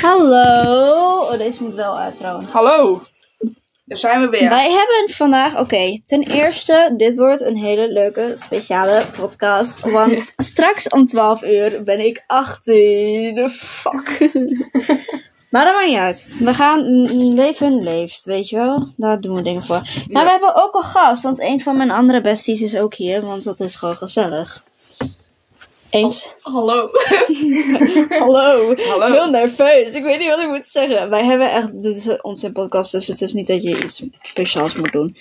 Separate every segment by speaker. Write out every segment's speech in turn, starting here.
Speaker 1: Hallo. Oh, deze moet wel uit trouwens.
Speaker 2: Hallo, daar zijn we weer.
Speaker 1: Wij hebben vandaag, oké, ten eerste, dit wordt een hele leuke speciale podcast. Want straks om 12 uur ben ik 18. Fuck. maar dat maakt niet uit. We gaan mm, leven leeft, weet je wel. Daar doen we dingen voor. Maar
Speaker 2: Ja.
Speaker 1: we hebben ook een gast, want een van mijn andere besties is ook hier. Want dat is gewoon gezellig. Eens.
Speaker 2: Hallo.
Speaker 1: Hallo.
Speaker 2: Hallo.
Speaker 1: Heel nerveus. Ik weet niet wat ik moet zeggen. Wij hebben echt. Dit is onze podcast, dus het is niet dat je iets speciaals moet doen.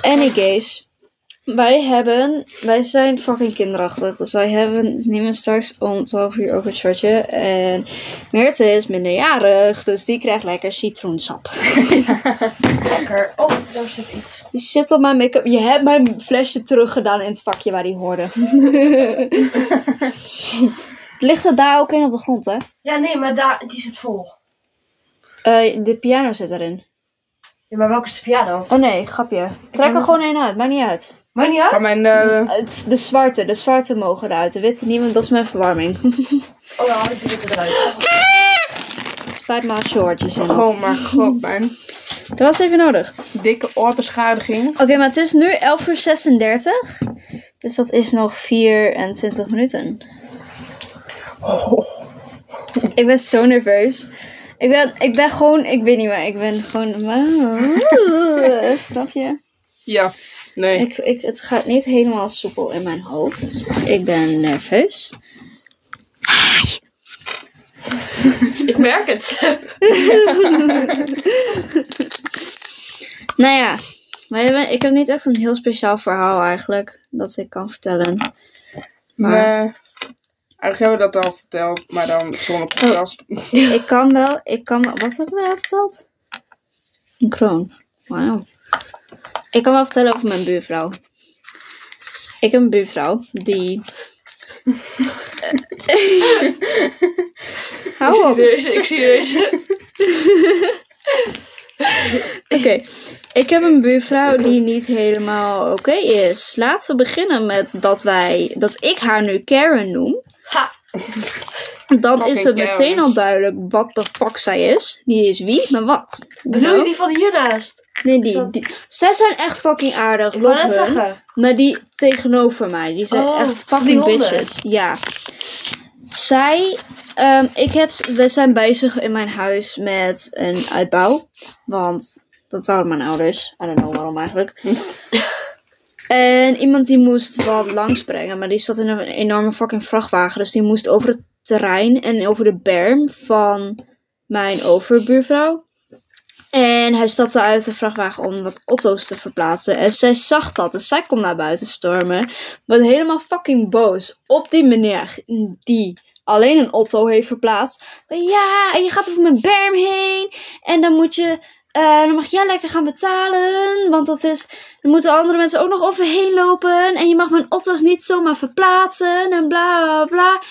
Speaker 1: Anyways. Wij hebben. Wij zijn fucking kinderachtig. Dus wij hebben. Nemen straks om 12 uur over het shortje. En Meerte is minderjarig. Dus die krijgt lekker citroensap.
Speaker 2: Lekker. Oh, daar zit iets.
Speaker 1: Die zit op mijn make-up. Je hebt mijn flesje teruggedaan in het vakje waar die hoorde. Ligt het daar ook in op de grond, hè?
Speaker 3: Ja, nee, maar daar, die zit vol.
Speaker 1: Eh, de piano zit erin.
Speaker 3: Ja, maar welke is de piano?
Speaker 1: Oh nee, grapje. Trek
Speaker 3: kan
Speaker 1: er
Speaker 3: het-
Speaker 1: gewoon één uit, maakt niet uit.
Speaker 3: Maar niet uit?
Speaker 2: Van mijn, eh,
Speaker 1: Het- De zwarte, de zwarte mogen eruit. De witte niet, want dat is mijn verwarming.
Speaker 3: Oh, dan haal ik de witte eruit.
Speaker 1: Het Spijt me als je oortjes in had.
Speaker 2: oh mijn god, mijn
Speaker 1: Dat was even nodig.
Speaker 2: dikke oorbeschadiging.
Speaker 1: Oké, maar het is nu 11 uur 36. Dus dat is nog 24 minuten.
Speaker 2: Oh.
Speaker 1: Ik ben zo nerveus. Ik ben, ik ben gewoon, ik weet niet waar. Ik ben gewoon... Snap je?
Speaker 2: Ja, nee.
Speaker 1: Ik, ik, het gaat niet helemaal soepel in mijn hoofd. Ik ben nerveus.
Speaker 3: Ik merk het.
Speaker 1: Nou ja, wij hebben- ik heb niet echt een heel speciaal verhaal eigenlijk dat ik kan vertellen. Maar
Speaker 2: Nee. Eigenlijk hebben we dat al verteld, maar dan zonder podcast.
Speaker 1: ik kan wel, ik kan wel- wat hebben wij al verteld? Een kroon. Wauw. Ik kan wel vertellen over mijn buurvrouw. Ik heb een buurvrouw die.
Speaker 2: Dus-
Speaker 1: Hou op.
Speaker 3: Serieus, ik serieus.
Speaker 1: Oké, ik heb een buurvrouw die niet helemaal oké is. Laten we beginnen met dat wij, dat ik haar nu Karen noem.
Speaker 3: Ha.
Speaker 1: Dan is het
Speaker 2: Fucking
Speaker 1: meteen
Speaker 2: Karens.
Speaker 1: al duidelijk wat de fuck zij is. Niet is wie, maar wat. Nou,
Speaker 3: Bedoel je die van hiernaast?
Speaker 1: Nee, die,
Speaker 3: Zo.
Speaker 1: die. Zij zijn echt fucking aardig.
Speaker 3: Ik
Speaker 1: love
Speaker 3: wou net
Speaker 1: hun.
Speaker 3: zeggen.
Speaker 1: Maar die tegenover mij, die zijn
Speaker 3: Oh,
Speaker 1: echt
Speaker 3: die
Speaker 1: fucking
Speaker 3: honden.
Speaker 1: bitches. Ja. Zij, ehm, ik heb, we zijn bezig in mijn huis met een uitbouw. Want dat wouden mijn ouders. I don't know waarom eigenlijk. en iemand die moest wat langsbrengen, maar die zat in een enorme fucking vrachtwagen. Dus die moest over het terrein en over de berm van mijn overbuurvrouw. En hij stapte uit de vrachtwagen om wat Otto's te verplaatsen. En zij zag dat. Dus zij komt naar buiten stormen. Wordt helemaal fucking boos. Op die meneer die alleen een Otto heeft verplaatst. Maar ja, en je gaat over mijn berm heen. En dan moet je. eh, dan mag jij lekker gaan betalen. Want dat is. Dan moeten andere mensen ook nog overheen lopen. En je mag mijn Otto's niet zomaar verplaatsen. En bla bla bla.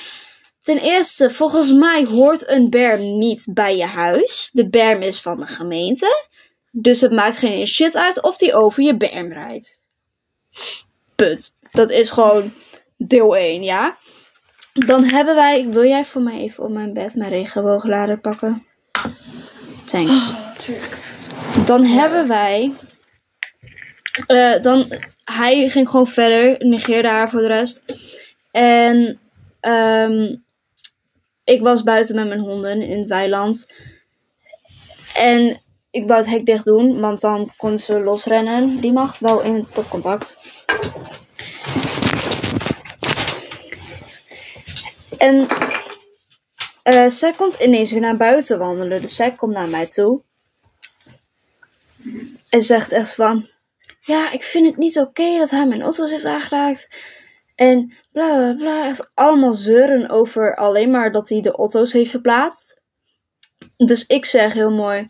Speaker 1: Ten eerste, volgens mij hoort een berm niet bij je huis. De berm is van de gemeente. Dus het maakt geen shit uit of die over je berm rijdt. Punt. Dat is gewoon deel 1, ja? Dan hebben wij. Wil jij voor mij even op mijn bed mijn regenbooglader pakken? Thanks. Dan hebben wij. eh, dan, hij ging gewoon verder, negeerde haar voor de rest. En ehm, ik was buiten met mijn honden in het weiland. En ik wou het hek dicht doen, want dan kon ze losrennen. Die mag wel in het stopcontact. En eh, zij komt ineens weer naar buiten wandelen. Dus zij komt naar mij toe. En zegt echt van... Ja, ik vind het niet oké dat hij mijn auto's heeft aangeraakt. En bla bla bla. Echt allemaal zeuren over alleen maar dat hij de auto's heeft verplaatst. Dus ik zeg heel mooi...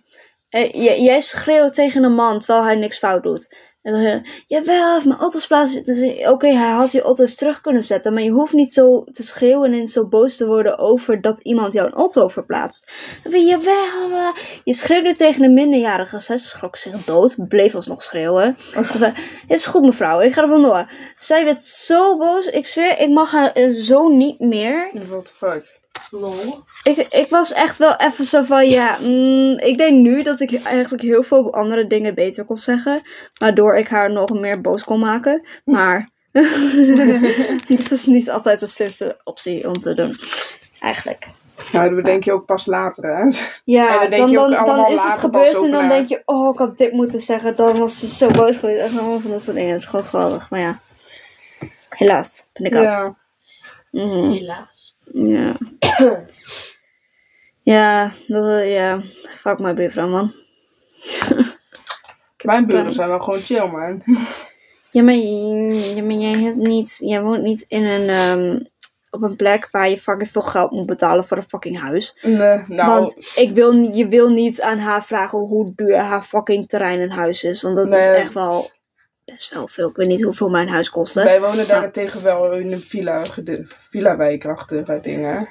Speaker 1: eh, j- jij schreeuwt tegen een man terwijl hij niks fout doet. En dan zeg je, jawel, hij heeft mijn auto's plaatsen. Dus, eh, Oké, hij had je auto's terug kunnen zetten. Maar je hoeft niet zo te schreeuwen en zo boos te worden over dat iemand jouw auto verplaatst. Dan ben je, Jawel, eh, je schreeuwde tegen een minderjarige. Zij schrok zich dood, bleef alsnog schreeuwen. Ik zei, Het is goed, mevrouw, ik ga er vandoor. Zij werd zo boos, ik zweer, ik mag haar eh, zo niet meer.
Speaker 2: What the fuck?
Speaker 3: Lol.
Speaker 1: Ik, ik was echt wel even zo van, ja, mm, ik denk nu dat ik eigenlijk heel veel andere dingen beter kon zeggen. Waardoor ik haar nog meer boos kon maken. Maar dat is niet altijd de slimste optie om te doen. Eigenlijk.
Speaker 2: Nou, dat bedenk je ook pas later, hè?
Speaker 1: Ja,
Speaker 2: En
Speaker 1: dan,
Speaker 2: dan denk
Speaker 1: dan,
Speaker 2: je ook
Speaker 1: dan,
Speaker 2: allemaal
Speaker 1: is het
Speaker 2: later
Speaker 1: gebeurd
Speaker 2: pas
Speaker 1: en dan
Speaker 2: over na.
Speaker 1: denk je, oh, ik had dit moeten zeggen. Dan was ze zo boos geweest. Echt allemaal van dat soort dingen. Dat is gewoon geweldig. Maar ja, helaas ben ik af.
Speaker 2: Ja.
Speaker 1: Mhm.
Speaker 3: Helaas.
Speaker 1: Ja. Ja, dat, eh, ja. Fuck mijn buurvrouw, man.
Speaker 2: Mijn buren zijn wel gewoon chill, man.
Speaker 1: Ja, maar, ja, maar jij, hebt niet, jij woont niet in een, ehm, op een plek waar je fucking veel geld moet betalen voor een fucking huis.
Speaker 2: Nee, nou,
Speaker 1: Want ik wil, ni- je wil niet aan haar vragen hoe duur haar fucking terrein en huis is. Want dat is
Speaker 2: Nee.
Speaker 1: echt wel best wel veel. Ik weet niet hoeveel mijn huis kostte.
Speaker 2: wij wonen daarentegen wel in een villa, gede- villa-wijkachtige dingen.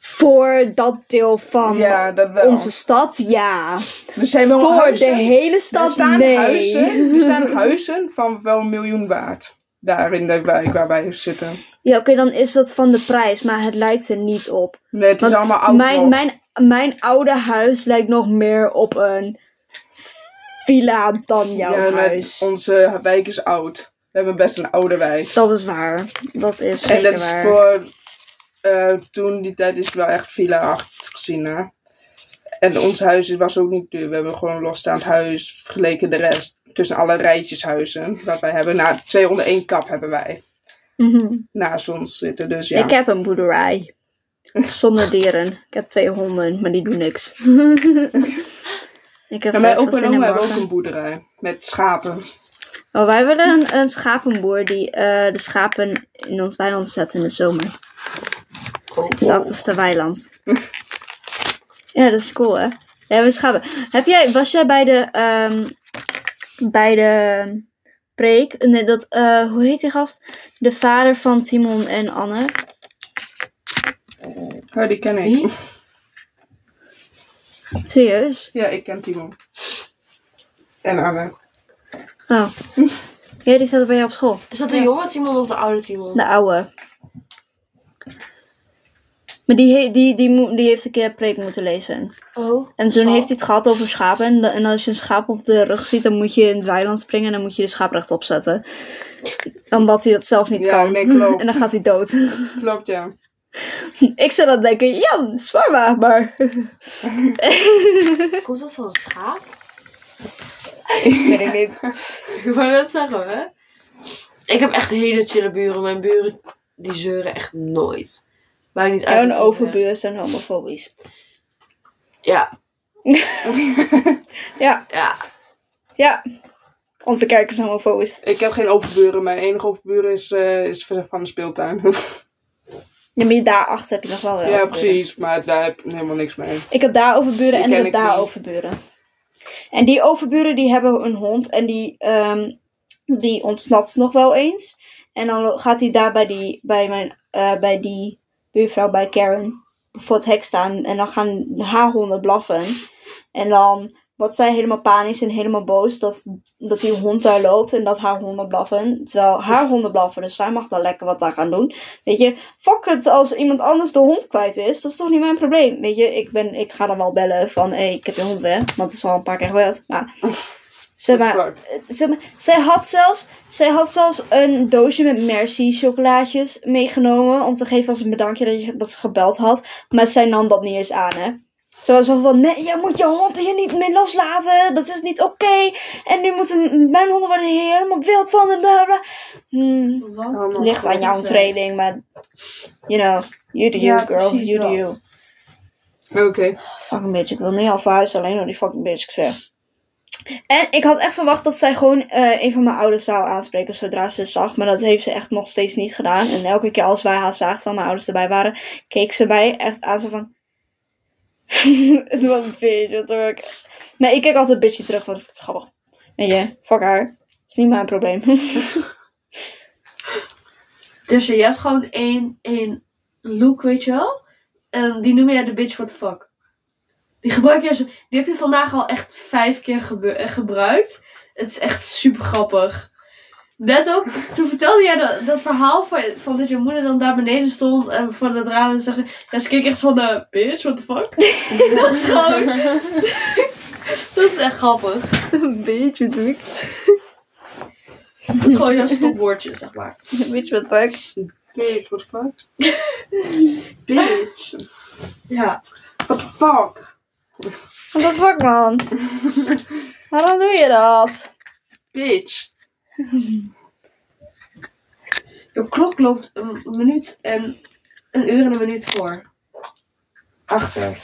Speaker 1: Voor dat deel van
Speaker 2: Ja, dat wel.
Speaker 1: onze stad, ja.
Speaker 2: Er zijn wel
Speaker 1: Voor
Speaker 2: huizen.
Speaker 1: de hele
Speaker 2: er
Speaker 1: stad,
Speaker 2: staan
Speaker 1: nee.
Speaker 2: huizen. Er staan huizen van wel een miljoen waard. Daar in de wijk waar wij zitten.
Speaker 1: Ja, oké, dan is dat van de prijs, maar het lijkt er niet op.
Speaker 2: Nee, het
Speaker 1: Want
Speaker 2: is allemaal oud.
Speaker 1: mijn,
Speaker 2: nog.
Speaker 1: mijn, mijn oude huis lijkt nog meer op een villa dan jouw
Speaker 2: Ja, maar
Speaker 1: huis.
Speaker 2: Onze wijk is oud. We hebben best een oude wijk.
Speaker 1: Dat is waar. Dat is
Speaker 2: En
Speaker 1: zeker
Speaker 2: dat is
Speaker 1: waar.
Speaker 2: voor eh, toen die tijd is het wel echt villa-achtig gezien. Hè? En ons huis was ook niet duur. We hebben gewoon een losstaand huis vergeleken de rest. Tussen alle rijtjeshuizen wat wij hebben. Nou, twee onder één kap hebben wij.
Speaker 1: Mhm.
Speaker 2: Naast ons zitten dus ja.
Speaker 1: Ik heb een boerderij. Zonder dieren. Ik heb twee honden, maar die doen niks. ik heb
Speaker 2: En
Speaker 1: straks
Speaker 2: Nou, mijn
Speaker 1: wel
Speaker 2: opa en
Speaker 1: zin in
Speaker 2: oma hebben ook
Speaker 1: morgen.
Speaker 2: een boerderij. Met schapen.
Speaker 1: Oh, wij willen een, een schapenboer die eh, de schapen in ons weiland zet in de zomer. Het achterste weiland. ja, dat is cool, hè? Ja, we schapen. Heb jij, was jij bij de, ehm, bij de preek, nee, dat, eh, hoe heet die gast? De vader van Timon en Anne.
Speaker 2: Oh, die ken
Speaker 3: Wie?
Speaker 2: ik.
Speaker 1: Serieus?
Speaker 2: Ja, ik ken Timo. En Anne.
Speaker 1: Oh. Ja, die zat bij jou op school.
Speaker 3: Is dat de jonge Timon of de oude Timon?
Speaker 1: De oude. Maar die, he- die, die, moet- die heeft een keer preek moeten lezen.
Speaker 3: Oh.
Speaker 1: En toen
Speaker 3: Zo.
Speaker 1: heeft hij het gehad over schapen. En, da- en als je een schaap op de rug ziet, dan moet je in het weiland springen en dan moet je de schaap rechtop zetten. Omdat hij dat zelf niet
Speaker 2: Ja,
Speaker 1: kan.
Speaker 2: nee, klopt.
Speaker 1: En dan gaat hij dood.
Speaker 2: Klopt, ja.
Speaker 1: Ik zou dan denken, ja, zwaar maar, maar.
Speaker 3: Komt dat van een schaap?
Speaker 1: Weet ik niet.
Speaker 3: Ik wou dat zeggen, hè? Ik heb echt hele chille buren. Mijn buren, die zeuren echt nooit. Maakt niet uit.
Speaker 1: Jouw
Speaker 3: hoeveel-
Speaker 1: overbuur zijn homofobisch.
Speaker 3: Ja,
Speaker 1: Ja,
Speaker 3: ja.
Speaker 1: ja. Onze kerk is homofobisch.
Speaker 2: Ik heb geen overburen. Mijn enige overburen is, eh, is van de speeltuin.
Speaker 1: Ja, maar daarachter heb je nog wel weer
Speaker 2: ja,
Speaker 1: overburen.
Speaker 2: precies. Maar daar heb ik helemaal niks mee.
Speaker 1: Ik heb daar overburen
Speaker 2: Die
Speaker 1: en
Speaker 2: ken
Speaker 1: ik heb
Speaker 2: ik
Speaker 1: daar
Speaker 2: niet.
Speaker 1: overburen. En die overburen die hebben een hond en die, ehm, die ontsnapt nog wel eens. En dan gaat hij daar bij die, bij mijn, eh, bij die buurvrouw, bij Karen, voor het hek staan. En dan gaan haar honden blaffen. En dan wordt zij helemaal panisch en helemaal boos dat, dat die hond daar loopt en dat haar honden blaffen. Terwijl haar honden blaffen, dus zij mag dan lekker wat daar gaan doen. Weet je, fuck het als iemand anders de hond kwijt is. Dat is toch niet mijn probleem. Weet je, ik, ben, ik ga dan wel bellen van, hé, ik heb je hond weg. Want het is al een paar keer gebeurd. Maar, zeg maar,
Speaker 2: Fuck.
Speaker 1: zeg maar, zij had zelfs, zij had zelfs een doosje met Merci chocolaatjes meegenomen. Om te geven als een bedankje dat, je, dat ze gebeld had. Maar zij nam dat niet eens aan, hè. Ze was zo van, nee, jij moet je hond hier niet mee loslaten. Dat is niet oké. En nu moeten mijn honden worden hier helemaal wild van en bla bla. Hmm.
Speaker 3: Wat?
Speaker 2: Oh, man.
Speaker 1: Ligt aan jouw training, maar. You know, you do you,
Speaker 2: Ja,
Speaker 1: girl.
Speaker 2: precies
Speaker 1: You do
Speaker 2: dat.
Speaker 1: you.
Speaker 2: Oké.
Speaker 1: Fucking bitch, ik wil niet al verhuizen alleen door die fucking bitch, ik zeg. En ik had echt verwacht dat zij gewoon eh, een van mijn ouders zou aanspreken zodra ze het zag. Maar dat heeft ze echt nog steeds niet gedaan. En elke keer als wij haar zagen terwijl mijn ouders erbij waren, keek ze mij echt aan zo van... het was een bitch, wat hoor ik. Maar ik kijk altijd bitchy terug, want ik vind het grappig. Weet je, fuck haar. Is niet mijn probleem.
Speaker 3: Dus je hebt gewoon één, één look, weet je wel? En die noem jij de bitch what the fuck. Die gebruik je, als- die heb je vandaag al echt vijf keer gebe- eh, gebruikt. Het is echt super grappig. Net ook, toen vertelde jij dat, dat verhaal van, van dat je moeder dan daar beneden stond en van het raam en zei, ja, ze keek echt zo van, eh, bitch, what the fuck? dat is gewoon, dat is echt grappig.
Speaker 1: Een beetje druk.
Speaker 3: Dat is gewoon jouw stopwoordje, zeg maar.
Speaker 1: Weet je wat vaak?
Speaker 2: Bitch, what the fuck? Bitch,
Speaker 3: Ja.
Speaker 2: what the fuck?
Speaker 1: What the fuck, man? Waarom doe je dat?
Speaker 2: Bitch.
Speaker 3: De klok loopt een minuut en een uur en een minuut voor. Achter.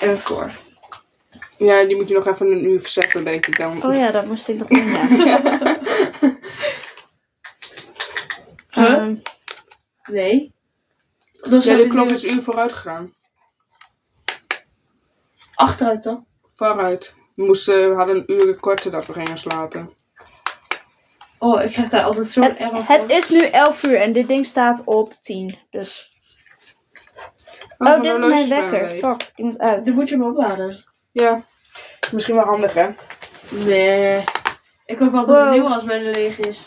Speaker 3: En voor.
Speaker 2: Ja, die moet je nog even een uur verzetten, denk ik dan.
Speaker 1: Oh ja, dat moest ik nog doen, ja.
Speaker 3: Huh?
Speaker 1: Ehm,
Speaker 3: Nee. Dan
Speaker 2: Ja,
Speaker 3: zijn
Speaker 2: de
Speaker 3: we
Speaker 2: klok
Speaker 3: nu
Speaker 2: is een uur vooruit gegaan.
Speaker 3: achteruit toch?
Speaker 2: Vooruit. We, moesten, we hadden een uur korter dat we gingen slapen.
Speaker 3: Oh, ik krijg daar altijd zo'n
Speaker 1: het,
Speaker 3: error
Speaker 1: het
Speaker 3: van.
Speaker 1: is nu 11 uur en dit ding staat op 10. Dus. Oh,
Speaker 2: mijn
Speaker 1: dit is
Speaker 2: horloge
Speaker 1: mijn
Speaker 2: bijna
Speaker 1: wekker.
Speaker 2: leeg.
Speaker 1: Fuck, die moet uit.
Speaker 3: Dan moet je hem opladen.
Speaker 2: Ja. Misschien wel handig, hè?
Speaker 3: Nee. Ik koop altijd
Speaker 1: Wow.
Speaker 3: een nieuwe als mijn leeg is.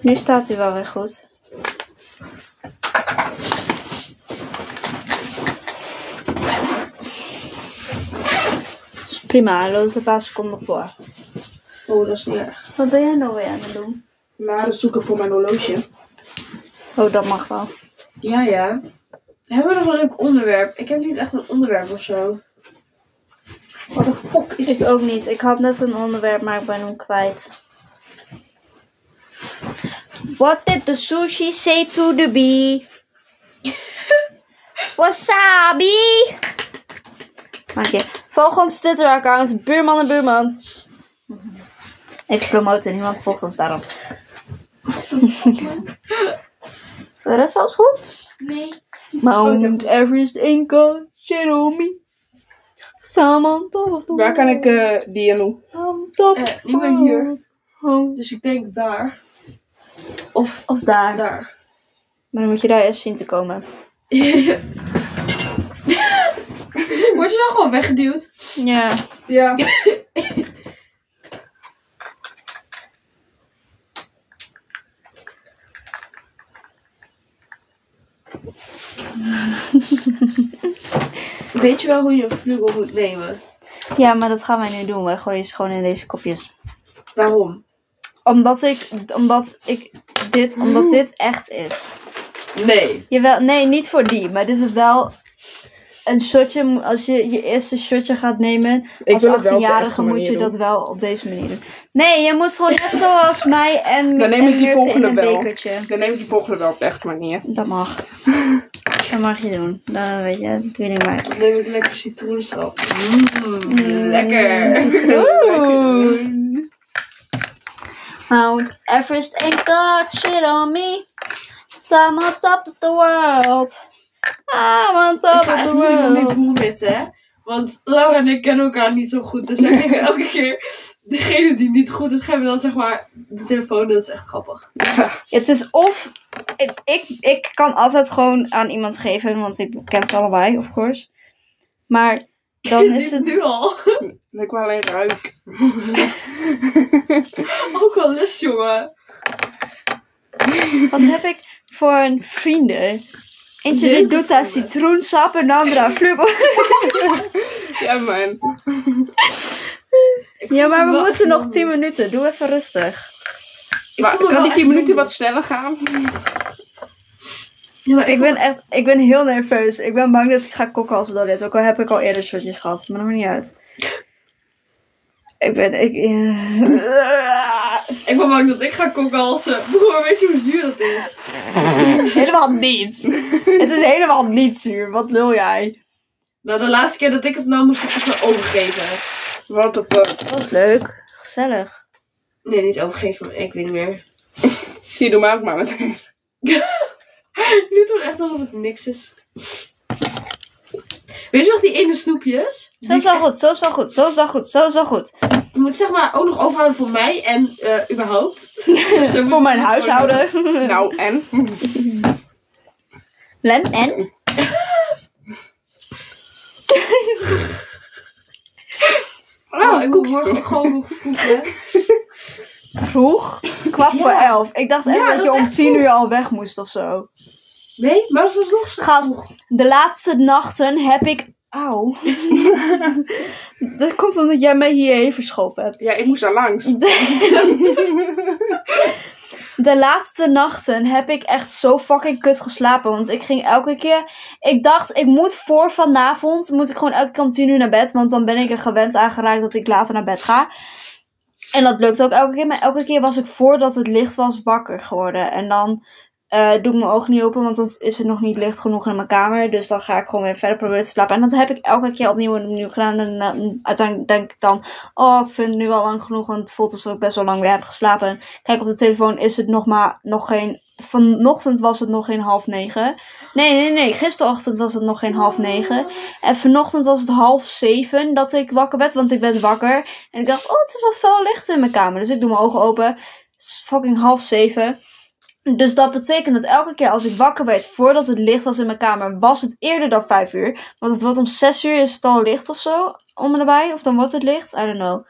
Speaker 1: Nu staat hij wel weer goed. Is Prima, hij loopt een paar seconden voor.
Speaker 3: Oh, dat is niet erg.
Speaker 1: Wat ben jij nou weer aan het doen?
Speaker 2: Laden zoeken voor mijn horloge.
Speaker 1: Oh, dat mag wel.
Speaker 3: Ja, ja. Hebben we nog een leuk onderwerp? Ik heb niet echt een onderwerp of zo. Wat de fuck is dit?
Speaker 1: Ik ook niet. Ik had net een onderwerp, maar ik ben hem kwijt. What did the sushi say to the bee? Wasabi! Maak je. Volg ons Twitter-account, buurman en buurman. Ik promote niemand, volgt ons daarom. Voor de rest alles goed?
Speaker 3: Nee.
Speaker 1: Mount Everest Inca, Jerome, Samantha of
Speaker 2: Waar kan ik eh, die aan doen?
Speaker 1: Um, top.
Speaker 3: Eh, niet meer hier.
Speaker 1: Oh.
Speaker 3: Dus ik denk daar.
Speaker 1: Of, of daar.
Speaker 3: Daar.
Speaker 1: Maar dan moet je daar eerst zien te komen.
Speaker 3: Word je dan gewoon weggeduwd?
Speaker 1: Ja.
Speaker 2: Ja.
Speaker 3: Weet je wel hoe je een vlugel moet nemen?
Speaker 1: Ja, maar dat gaan wij nu doen. Wij gooien ze gewoon in deze kopjes.
Speaker 3: Waarom?
Speaker 1: Omdat ik, omdat ik dit, omdat dit echt is.
Speaker 3: Nee.
Speaker 1: Jawel, nee, niet voor die. Maar dit is wel een shotje. mo- Als je je eerste shotje gaat nemen,
Speaker 2: Ik
Speaker 1: als
Speaker 2: wil het wel op de
Speaker 1: 18-jarige
Speaker 2: echte
Speaker 1: moet je
Speaker 2: manier
Speaker 1: dat
Speaker 2: doen.
Speaker 1: wel op deze manier doen. Nee, je moet gewoon net zoals mij en
Speaker 2: Dan neem
Speaker 1: en
Speaker 2: ik die
Speaker 1: Jurte
Speaker 2: volgende
Speaker 1: in een
Speaker 2: wel.
Speaker 1: bekertje.
Speaker 2: Dan neem ik die volgende wel op de echte manier.
Speaker 1: Dat mag. Dat mag je doen. Dan weet je, dat weet ik maar.
Speaker 3: Dan neem ik lekker citroensap.
Speaker 1: Mm.
Speaker 2: Lekker.
Speaker 1: Oeh. Mount Everest ain't got shit on me. So I'm on top of the world. I'm on
Speaker 3: Ik
Speaker 1: top
Speaker 3: ga
Speaker 1: of
Speaker 3: echt
Speaker 1: the
Speaker 3: zien om die
Speaker 1: world.
Speaker 3: boel met, hè. Want Laura en ik kennen elkaar niet zo goed. Dus wij denken elke keer, degene die niet goed is, geven we dan zeg maar de telefoon. Dat is echt grappig.
Speaker 1: Het is of... Ik, ik, ik kan altijd gewoon aan iemand geven, want ik ken ze allebei, of course. Maar dan is
Speaker 3: Dit
Speaker 1: het...
Speaker 3: nu al.
Speaker 2: Ik wil alleen ruik.
Speaker 3: Ook wel lust, jongen.
Speaker 1: Wat heb ik voor een vrienden? Eentje die doet daar citroensap en de andere aan flubbel.
Speaker 2: Ja, man.
Speaker 3: Ik
Speaker 1: Ja,
Speaker 3: voel
Speaker 1: maar
Speaker 3: me
Speaker 1: we
Speaker 3: wel-
Speaker 1: moeten nog 10 minuten. Doe even rustig.
Speaker 3: Ik
Speaker 2: Maar
Speaker 3: voel me
Speaker 2: kan
Speaker 3: wel
Speaker 2: die 10
Speaker 3: echt
Speaker 2: minuten
Speaker 3: moe.
Speaker 2: wat sneller gaan?
Speaker 3: Ja, maar ik,
Speaker 1: Ik ben echt, ik ben heel nerveus. Ik ben bang dat ik ga kokken als door dit. Ook al heb ik al eerder shotjes gehad, maar dat maakt niet uit. Ik ben, ik... eh.
Speaker 3: ben, ik ben bang dat ik ga kokhalsen. Broer, weet je hoe zuur dat is?
Speaker 1: helemaal niet. Het is helemaal niet zuur. Wat lul jij?
Speaker 3: Nou, de laatste keer dat ik het nam, moest ik volgens mij overgeven.
Speaker 2: What the fuck?
Speaker 1: Dat was leuk. Gezellig.
Speaker 3: Nee, niet overgeven, maar ik weet niet meer.
Speaker 2: Hier, doe maar ook maar meteen.
Speaker 3: Nu doet echt alsof het niks is. Weet je nog die ene snoepjes?
Speaker 1: Zo is wel goed, zo is wel goed, zo is wel goed, zo is wel goed.
Speaker 3: Je moet zeg maar ook nog overhouden voor mij en eh, überhaupt. Dus dan moet-
Speaker 1: Voor mijn huishouden.
Speaker 2: Nou, en?
Speaker 1: Lem en?
Speaker 2: Oh,
Speaker 1: Oh,
Speaker 3: Oh, ik kom morgen ook gewoon nog vroeg, hè.
Speaker 1: Vroeg? kwart voor
Speaker 3: Ja.
Speaker 1: elf. Ik dacht echt
Speaker 3: Ja,
Speaker 1: dat,
Speaker 3: dat
Speaker 1: je
Speaker 3: is
Speaker 1: om
Speaker 3: echt
Speaker 1: tien
Speaker 3: vroeg.
Speaker 1: uur al weg moest of zo.
Speaker 3: Nee, maar dat is nog
Speaker 1: Gast, de laatste nachten heb ik... Auw. dat komt omdat jij mij hierheen verschoven hebt.
Speaker 2: Ja, ik moest daar langs.
Speaker 1: De, de laatste nachten heb ik echt zo fucking kut geslapen. Want ik ging elke keer. Ik dacht, ik moet voor vanavond. Moet ik gewoon elke keer om 10 uur naar bed. Want dan ben ik er gewend aangeraakt dat ik later naar bed ga. En dat lukt ook elke keer. Maar elke keer was ik voordat het licht was wakker geworden. En dan eh, doe ik mijn ogen niet open. Want dan is het nog niet licht genoeg in mijn kamer. Dus dan ga ik gewoon weer verder proberen te slapen. En dat heb ik elke keer opnieuw en opnieuw gedaan. En eh, uiteindelijk denk ik dan. Oh, ik vind het nu al lang genoeg, want het voelt alsof ik best wel lang weer heb geslapen. Kijk op de telefoon, is het nog maar nog geen. Vanochtend was het nog geen half negen. Nee, nee, nee. Gisterochtend was het nog geen half negen. En vanochtend was het half zeven dat ik wakker werd, want ik werd wakker. En ik dacht, oh, het is al veel licht in mijn kamer. Dus ik doe mijn ogen open. Het is fucking half zeven. Dus dat betekent dat elke keer als ik wakker werd voordat het licht was in mijn kamer, was het eerder dan vijf uur. Want het wordt om zes uur is het al licht of zo om en nabij. Of dan wordt het licht. I don't know.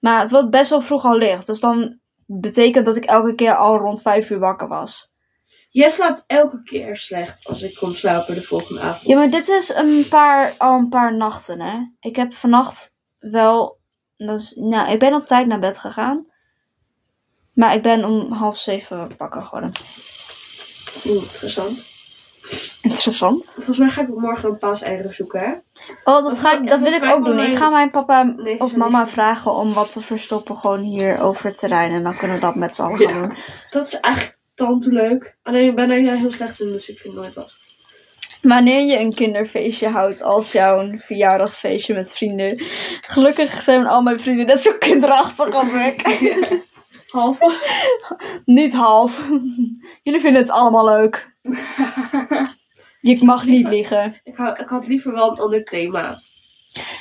Speaker 1: Maar het wordt best wel vroeg al licht. Dus dan betekent dat ik elke keer al rond 5 uur wakker was.
Speaker 3: Jij slaapt elke keer slecht als ik kom slapen de volgende avond.
Speaker 1: Ja, maar dit is een paar, al een paar nachten, hè. Ik heb vannacht wel... Dat is, nou, ik ben op tijd naar bed gegaan. Maar ik ben om half zeven wakker geworden.
Speaker 3: Oeh, interessant.
Speaker 1: Interessant.
Speaker 3: Volgens mij ga ik morgen een paaseieren zoeken, hè?
Speaker 1: Oh, dat, ga ik, dat wil ik ook doen. Ik ga mijn papa
Speaker 3: Nee,
Speaker 1: of
Speaker 3: sorry.
Speaker 1: mama vragen om wat te verstoppen gewoon hier over het terrein. En dan kunnen we dat met z'n allen gaan
Speaker 3: Ja.
Speaker 1: doen.
Speaker 3: Dat is echt tante leuk. Alleen ik ben er juist heel slecht in, dus ik vind het nooit wat.
Speaker 1: Wanneer je een kinderfeestje houdt als jouw verjaardagsfeestje met vrienden. Gelukkig zijn al mijn vrienden net zo kinderachtig als ik.
Speaker 3: Half.
Speaker 1: niet half. Jullie vinden het allemaal leuk. Je mag niet liegen.
Speaker 3: Ik, hou, ik had liever wel een ander thema.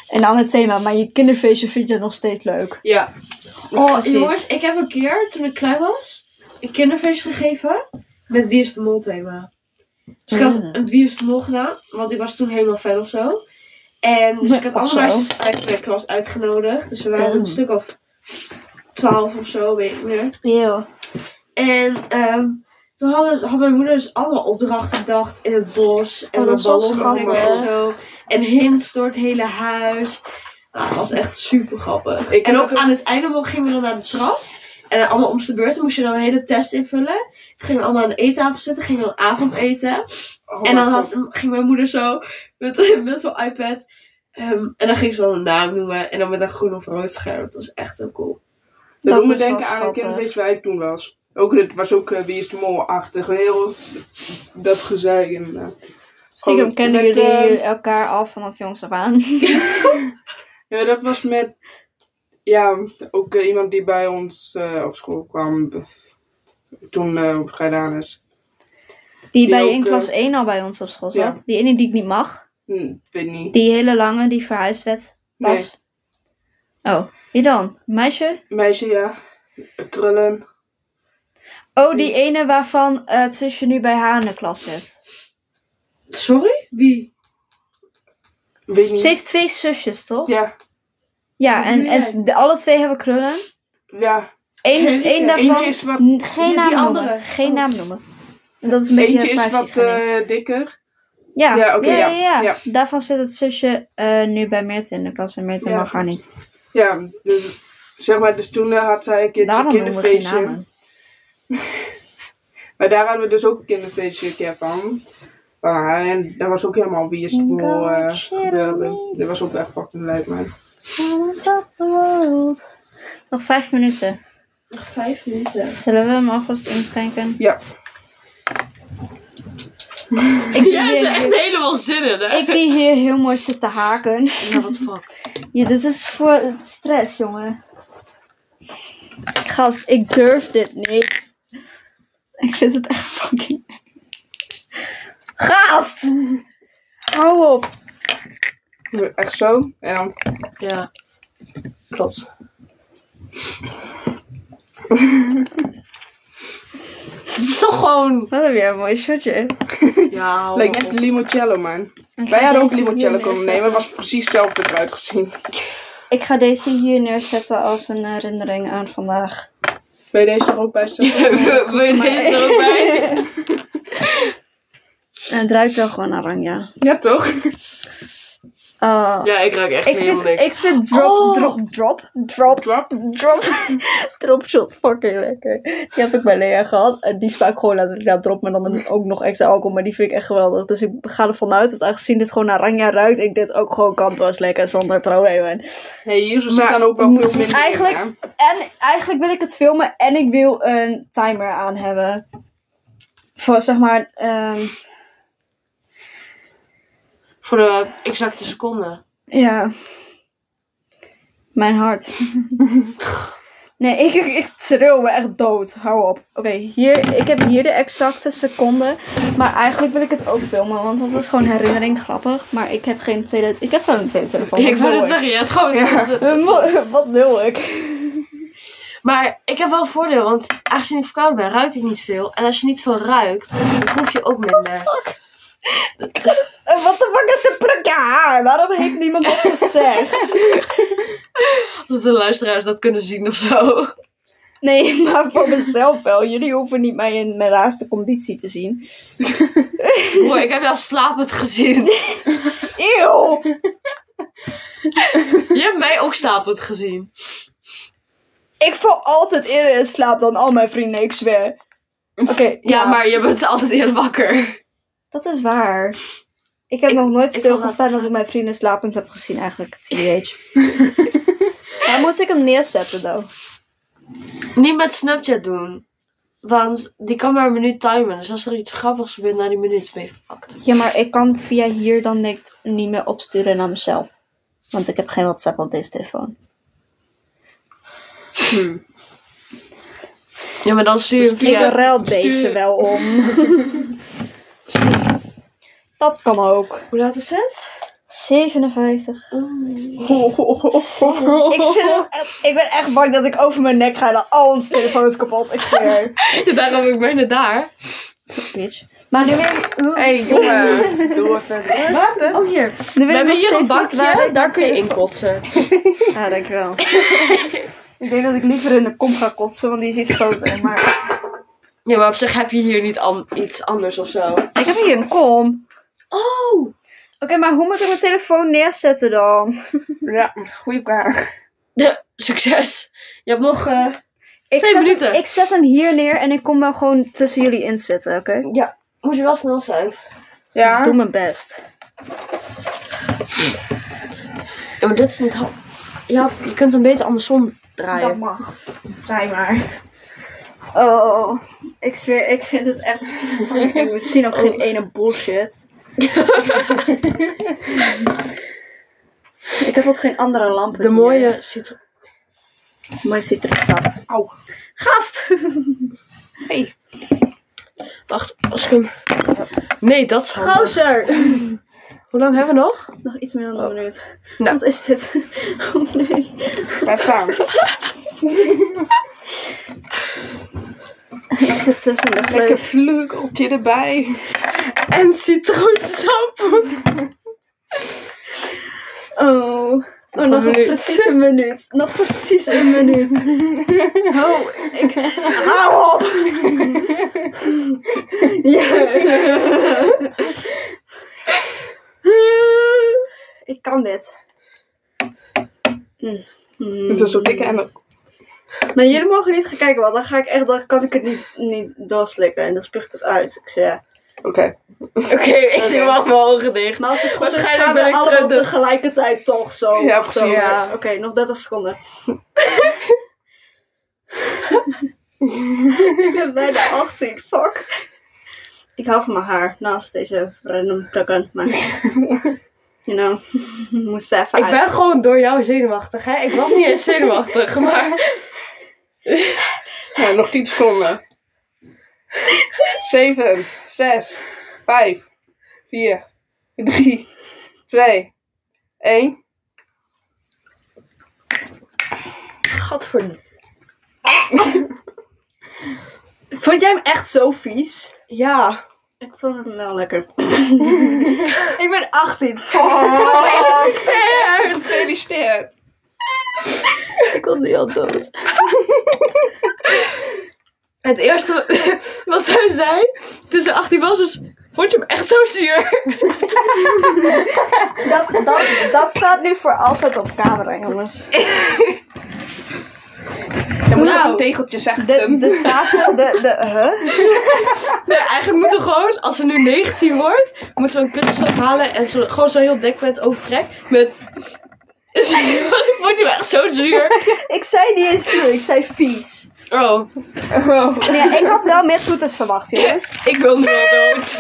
Speaker 1: Een ander thema, maar je kinderfeestje vind je nog steeds leuk.
Speaker 3: Ja.
Speaker 1: Oh,
Speaker 3: Oh,
Speaker 1: precies.
Speaker 3: jongens, ik heb een keer, toen ik klein was, een kinderfeest gegeven met Wie is de Mol thema. Dus ik had
Speaker 1: Mm.
Speaker 3: een Wie is de Mol gedaan, want ik was toen helemaal fan of zo. En dus ik had
Speaker 1: Of
Speaker 3: alle
Speaker 1: zo.
Speaker 3: meisjes uit mijn klas uitgenodigd. Dus we waren
Speaker 1: Mm.
Speaker 3: een stuk of twaalf of zo, weet ik niet meer.
Speaker 1: Eeuw.
Speaker 3: En ehm, toen hadden, had mijn moeder dus allemaal opdrachten bedacht in het bos. En
Speaker 1: Oh, dat
Speaker 3: een
Speaker 1: is wel
Speaker 3: ballon hangen en
Speaker 1: schattig.
Speaker 3: zo. En hints door het hele huis. Nou, dat was echt super grappig.
Speaker 2: Ik
Speaker 3: en
Speaker 2: heb
Speaker 3: ook
Speaker 2: ook-
Speaker 3: aan het einde mo- gingen we dan naar de trap. En dan allemaal om de beurt. Dan moest je dan een hele test invullen. Toen gingen we allemaal aan de eettafel zitten. Gingen we dan avondeten.
Speaker 2: Oh,
Speaker 3: En dan
Speaker 2: mijn
Speaker 3: had, ging mijn moeder zo met, met zo'n iPad. ehm, en dan ging ze dan een naam noemen. En dan met een groen of rood scherm. Dat was echt heel cool.
Speaker 1: Dat
Speaker 2: Dat, doet me
Speaker 1: is wel
Speaker 2: denken aan een
Speaker 1: schattig.
Speaker 2: kinderfeest waar ik toen was. Ook, het was ook eh, Wie is de Mol-achtig. Heel s- s- dat gezeik eh, inderdaad.
Speaker 1: Stiekem
Speaker 2: Gewoon
Speaker 1: kennen
Speaker 2: met,
Speaker 1: jullie
Speaker 2: eh,
Speaker 1: elkaar al vanaf jongs af aan.
Speaker 2: Ja, dat was met... Ja, ook eh, iemand die bij ons eh, op school kwam. Toen eh, op Grijdanus.
Speaker 1: Die
Speaker 2: Die
Speaker 1: bij
Speaker 2: ook,
Speaker 1: in
Speaker 2: eh,
Speaker 1: klas 1 al bij ons op school
Speaker 2: ja.
Speaker 1: zat. Die ene die ik niet mag.
Speaker 2: Hm, ik weet niet.
Speaker 1: Die hele lange die verhuisd werd.
Speaker 2: Nee,
Speaker 1: Was. Oh, wie dan? Meisje?
Speaker 2: meisje, ja. Krullen.
Speaker 1: Oh, die ene waarvan eh, het zusje nu bij haar in de klas zit.
Speaker 3: Sorry? Wie?
Speaker 2: Weet niet.
Speaker 1: Ze heeft twee zusjes, toch? Mm. Ja,
Speaker 2: Ja,
Speaker 1: en, en
Speaker 3: Ja.
Speaker 1: de- alle twee hebben krullen.
Speaker 2: ja.
Speaker 1: Eén,
Speaker 3: Eentje-
Speaker 1: één daarvan...
Speaker 2: Eentje is wat,
Speaker 1: N- Geen
Speaker 3: Die-
Speaker 1: naam
Speaker 3: die
Speaker 1: noemen.
Speaker 3: andere.
Speaker 1: Geen
Speaker 3: Oh.
Speaker 1: naam noemen. Dat is een beetje
Speaker 2: eentje is
Speaker 1: privacy
Speaker 2: wat
Speaker 1: schending.
Speaker 2: eh, dikker.
Speaker 1: ja.
Speaker 2: ja, oké,
Speaker 1: ja,
Speaker 2: ja,
Speaker 1: ja, ja.
Speaker 2: ja.
Speaker 1: Daarvan zit het zusje eh, nu bij Meerten in de klas. En Meerten
Speaker 2: Ja.
Speaker 1: mag haar niet.
Speaker 2: Ja, dus zeg maar, dus toen eh, had zij een keertje een
Speaker 1: Daarom noemen we geen
Speaker 2: kinderfeestje.
Speaker 1: namen.
Speaker 2: Maar daar hadden we dus ook een kinderfeestje een keer van. Van haar. En daar was ook helemaal wie is de mol eh, gebeuren. Dat was ook echt fucking leuk, man.
Speaker 1: On top of the world. Nog vijf minuten.
Speaker 3: Nog vijf minuten.
Speaker 1: Zullen we hem alvast inschenken?
Speaker 2: Ja.
Speaker 1: Ik zie
Speaker 3: Jij hebt
Speaker 1: hier-
Speaker 3: er echt helemaal zin in, hè?
Speaker 1: Ik die hier heel mooi zit te haken.
Speaker 3: Ja, wat fuck.
Speaker 1: Ja, dit is voor stress, jongen. Gast, ik durf dit niet. Ik vind het echt fucking. Gast! Hou op!
Speaker 2: Echt zo. En dan,
Speaker 3: Ja. Klopt. Het is toch gewoon...
Speaker 1: Wat heb jij een mooi shotje.
Speaker 3: Ja, hou
Speaker 2: lijkt
Speaker 3: op.
Speaker 2: net limoncello, man. Wij hadden ook limoncello komen nemen.
Speaker 1: maar
Speaker 2: Het was precies hetzelfde eruit gezien.
Speaker 1: Ik ga deze hier neerzetten als een herinnering aan eh, vandaag.
Speaker 2: Wil je deze er ook bij zetten?
Speaker 3: Wil je deze er ook bij?
Speaker 1: En het ruikt wel gewoon oranje.
Speaker 2: Ja, toch?
Speaker 1: Oh.
Speaker 3: Ja, ik ruik echt
Speaker 1: ik,
Speaker 3: helemaal
Speaker 1: vind,
Speaker 3: niks.
Speaker 1: ik vind drop,
Speaker 3: Oh.
Speaker 1: drop, drop, drop,
Speaker 2: Drop.
Speaker 1: drop, drop shot fucking lekker. Die heb ik bij Lea gehad. En die smaakt gewoon letterlijk naar drop, maar dan met ook nog extra alcohol. Maar die vind ik echt geweldig. Dus ik ga ervan uit dat aangezien dit gewoon naar oranje ruikt, ik dit ook gewoon kan was lekker zonder problemen.
Speaker 2: Hey, hier zit
Speaker 1: Maar
Speaker 2: dan ook wel
Speaker 1: moet-
Speaker 2: veel minder
Speaker 1: eigenlijk-
Speaker 2: in, hè?
Speaker 1: En eigenlijk wil ik het filmen en ik wil een timer aan hebben. Voor zeg maar, ehm,
Speaker 3: Voor de exacte seconde.
Speaker 1: ja. Mijn hart. nee, ik, ik, ik tril me echt dood. Hou op. Oké, hier, ik heb hier de exacte seconde. Maar eigenlijk wil ik het ook filmen, want dat is gewoon herinnering grappig. Maar ik heb geen tweede, ik heb wel een tweede telefoon.
Speaker 3: Oh, ik wou
Speaker 1: wil
Speaker 3: net zeggen, je hebt gewoon...
Speaker 1: Wat wil ik?
Speaker 3: Maar ik heb wel een voordeel, want aangezien ik verkouden ben, ruik ik niet veel. En als je niet veel ruikt, dan proef je ook minder.
Speaker 1: Eh, Wat de fuck is de plukje haar? Waarom heeft niemand dat gezegd?
Speaker 3: Dat de luisteraars dat kunnen zien of zo.
Speaker 1: Nee, maar voor mezelf wel. Jullie hoeven niet mij in mijn raarste conditie te zien.
Speaker 3: Boy, ik heb jou slapend gezien.
Speaker 1: Eeuw!
Speaker 3: Je hebt mij ook slapend gezien.
Speaker 1: Ik val altijd eerder in slaap dan al mijn vrienden, ik zweer. Oké,
Speaker 3: Ja, maar je bent altijd eerder wakker.
Speaker 1: Dat is waar. Ik heb
Speaker 3: Ik-
Speaker 1: nog nooit
Speaker 3: ik
Speaker 1: stilgestaan
Speaker 3: had-
Speaker 1: dat ik mijn vrienden slapend heb gezien, eigenlijk. TBH. maar moet ik hem neerzetten, though?
Speaker 3: Niet met Snapchat doen. Want die kan maar een minuut timen. Dus als er iets grappigs gebeurt na die minuut, ben je fucked.
Speaker 1: Ja, maar ik kan via hier dan niet, niet meer opsturen naar mezelf. Want ik heb geen WhatsApp op deze telefoon.
Speaker 2: Hm.
Speaker 3: Ja, maar dan stuur je hem
Speaker 1: Ik
Speaker 3: via...
Speaker 1: ruil deze
Speaker 3: stuur-
Speaker 1: wel om. dat kan ook.
Speaker 3: Hoe laat is het?
Speaker 1: 57.
Speaker 2: Ho, ho, ho, ho, ho.
Speaker 1: Ik, vind het echt- ik ben echt bang dat ik over mijn nek ga en dan al onze telefoons kapot. Ik zweer.
Speaker 3: Ja, daarom heb ik mijne daar.
Speaker 1: Bitch. Maar nu weer.
Speaker 2: hey, jongen. Doe even rustig.
Speaker 3: Oh, hier.
Speaker 1: Nu
Speaker 3: We
Speaker 1: weer
Speaker 3: hebben hier een bakje, daar kun je
Speaker 1: in.
Speaker 3: in kotsen.
Speaker 1: Ja, Ah, dankjewel. ik denk dat ik liever in de kom ga kotsen, want die is iets groter. Maar
Speaker 3: Ja, maar op zich heb je hier niet an- iets anders of zo.
Speaker 1: ik heb hier een kom.
Speaker 3: Oh!
Speaker 1: Oké, maar hoe moet ik mijn telefoon neerzetten dan?
Speaker 2: Ja, goede vraag.
Speaker 3: De, succes! Je hebt nog... eh,
Speaker 1: Ik
Speaker 3: Twee
Speaker 1: zet hem-
Speaker 3: minuten.
Speaker 1: ik zet hem hier neer en ik kom wel gewoon tussen jullie in zitten, oké?
Speaker 3: Ja, moet je wel snel zijn.
Speaker 1: Ik doe
Speaker 2: Ja,
Speaker 1: mijn best.
Speaker 3: Ja, maar dit is niet... hap- Ja, je kunt hem beter andersom draaien.
Speaker 1: Dat mag. Draai maar. Oh, ik zweer, ik vind het echt. We zien ook
Speaker 3: Oh.
Speaker 1: geen ene bullshit. ik heb ook geen andere lampen.
Speaker 3: de
Speaker 1: hier.
Speaker 3: mooie citroen.
Speaker 1: Mooi citrusap.
Speaker 2: Au.
Speaker 1: Gast!
Speaker 3: Hey. Wacht, als ik hem... Nee, dat is handig. Hoe lang hebben we nog?
Speaker 1: Nog iets meer dan een minuut.
Speaker 3: Nou.
Speaker 1: Wat is dit? Oh nee.
Speaker 2: wij gaan.
Speaker 1: Ik zit
Speaker 3: eh,
Speaker 1: tussen de
Speaker 2: Lekker
Speaker 1: gleuf.
Speaker 2: vleugeltje erbij.
Speaker 3: En citroensap.
Speaker 1: Oh. Oh,
Speaker 3: Nog
Speaker 1: nog
Speaker 3: een minuut.
Speaker 1: precies een minuut. Nog precies een minuut. Oh, ik... Hou op! Ja. Ik kan dit. Hm.
Speaker 2: Het is zo dikke en een-
Speaker 1: Maar jullie mogen niet gaan kijken, want dan ga ik echt, dan kan ik het niet, niet doorslikken. En dan spuug ik het uit. Ik zeg, ja.
Speaker 2: Oké.
Speaker 3: Oké, ik doe mag mijn ogen dicht.
Speaker 1: Maar als het goed is,
Speaker 3: Waarschijnlijk
Speaker 1: gaan
Speaker 3: ben
Speaker 1: we
Speaker 3: ik
Speaker 1: allemaal
Speaker 3: terug.
Speaker 1: tegelijkertijd toch zo.
Speaker 2: Ja,
Speaker 1: Zo,
Speaker 2: precies.
Speaker 1: ja. Oké, nog 30 seconden. ik ben bijna 18, fuck. Ik hou van mijn haar, naast deze random plukken. Maar, you know, moest er even
Speaker 3: Ik
Speaker 1: uit.
Speaker 3: ben gewoon door jou zenuwachtig, hè? Ik was niet eens zenuwachtig, maar...
Speaker 2: Nou, nog 10 seconden. 7, 6, 5, 4, 3, 2, 1.
Speaker 3: Gadverd...
Speaker 1: Vond jij hem echt zo vies?
Speaker 3: Ja.
Speaker 1: Ik vond hem wel lekker. ik ben 18, fuck.
Speaker 2: Gefeliciteerd! Gefeliciteerd!
Speaker 1: Ik kon nu al dood.
Speaker 3: Het eerste wat zij zei tussen 18 was is... Vond je hem echt zo zuur?
Speaker 1: Dat, dat, dat staat nu voor altijd op camera, jongens.
Speaker 2: Dan moet je
Speaker 3: Nou.
Speaker 2: ook een tegeltje zeggen.
Speaker 1: De, de tafel, de, de, huh?
Speaker 3: Nee, eigenlijk moeten we gewoon, als ze nu 19 wordt, moeten we een kussenstok halen en zo, gewoon zo'n heel dekbed overtrek met... Is- Was ik vond je hem echt zo zuur?
Speaker 1: Ik zei niet eens vuur, ik zei vies.
Speaker 3: Oh,
Speaker 1: Nee, ik had wel meer toeters verwacht, jongens.
Speaker 3: ik wil nu wel dood.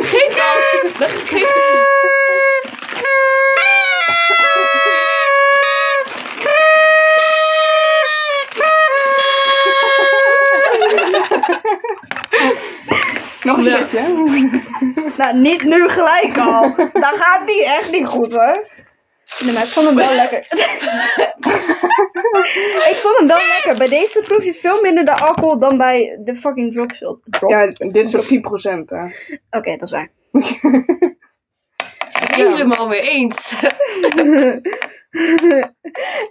Speaker 3: Geen kans. Weg- geen-
Speaker 2: Nog een
Speaker 3: Ja.
Speaker 2: stukje.
Speaker 1: Nou, niet nu gelijk al. Dat gaat niet echt niet goed hoor. Nee, maar ik vond hem wel lekker. ik vond hem wel lekker. Bij deze proef je veel minder de alcohol dan bij de fucking dropshot. Drop.
Speaker 2: Ja, dit is op 10%. Hè.
Speaker 1: Oké, dat is waar.
Speaker 3: Helemaal mee eens.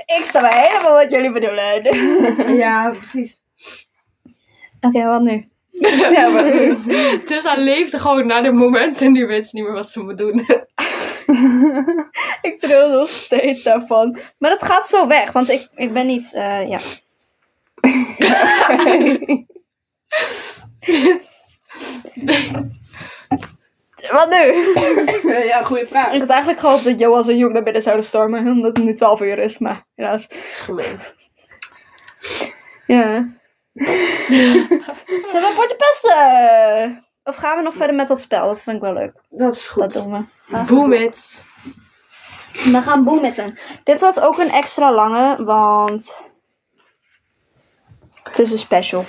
Speaker 1: ik sta bij helemaal wat jullie bedoelen. Oké,
Speaker 3: Ja, precies.
Speaker 1: wat nu?
Speaker 2: Ja, maar...
Speaker 3: Dus hij leefde gewoon naar de moment en nu weet ze niet meer wat ze moet doen.
Speaker 1: Ik tril nog steeds daarvan. Maar dat gaat zo weg, want ik, ik ben niet. eh, ja. Wat nu?
Speaker 2: ja, goede vraag.
Speaker 1: Ik had eigenlijk gehoopt dat Joas en Joep naar binnen zouden stormen, omdat het nu 12 uur is, maar helaas.
Speaker 3: Gemeen.
Speaker 1: Ja. Zullen we een potje pesten? Of gaan we nog verder met dat spel? Dat vind ik wel leuk.
Speaker 3: Dat is
Speaker 1: Dat
Speaker 3: goed.
Speaker 1: doen we.
Speaker 3: Boom it.
Speaker 1: We gaan boemitten. Dit was ook een extra lange, want. Het is een special.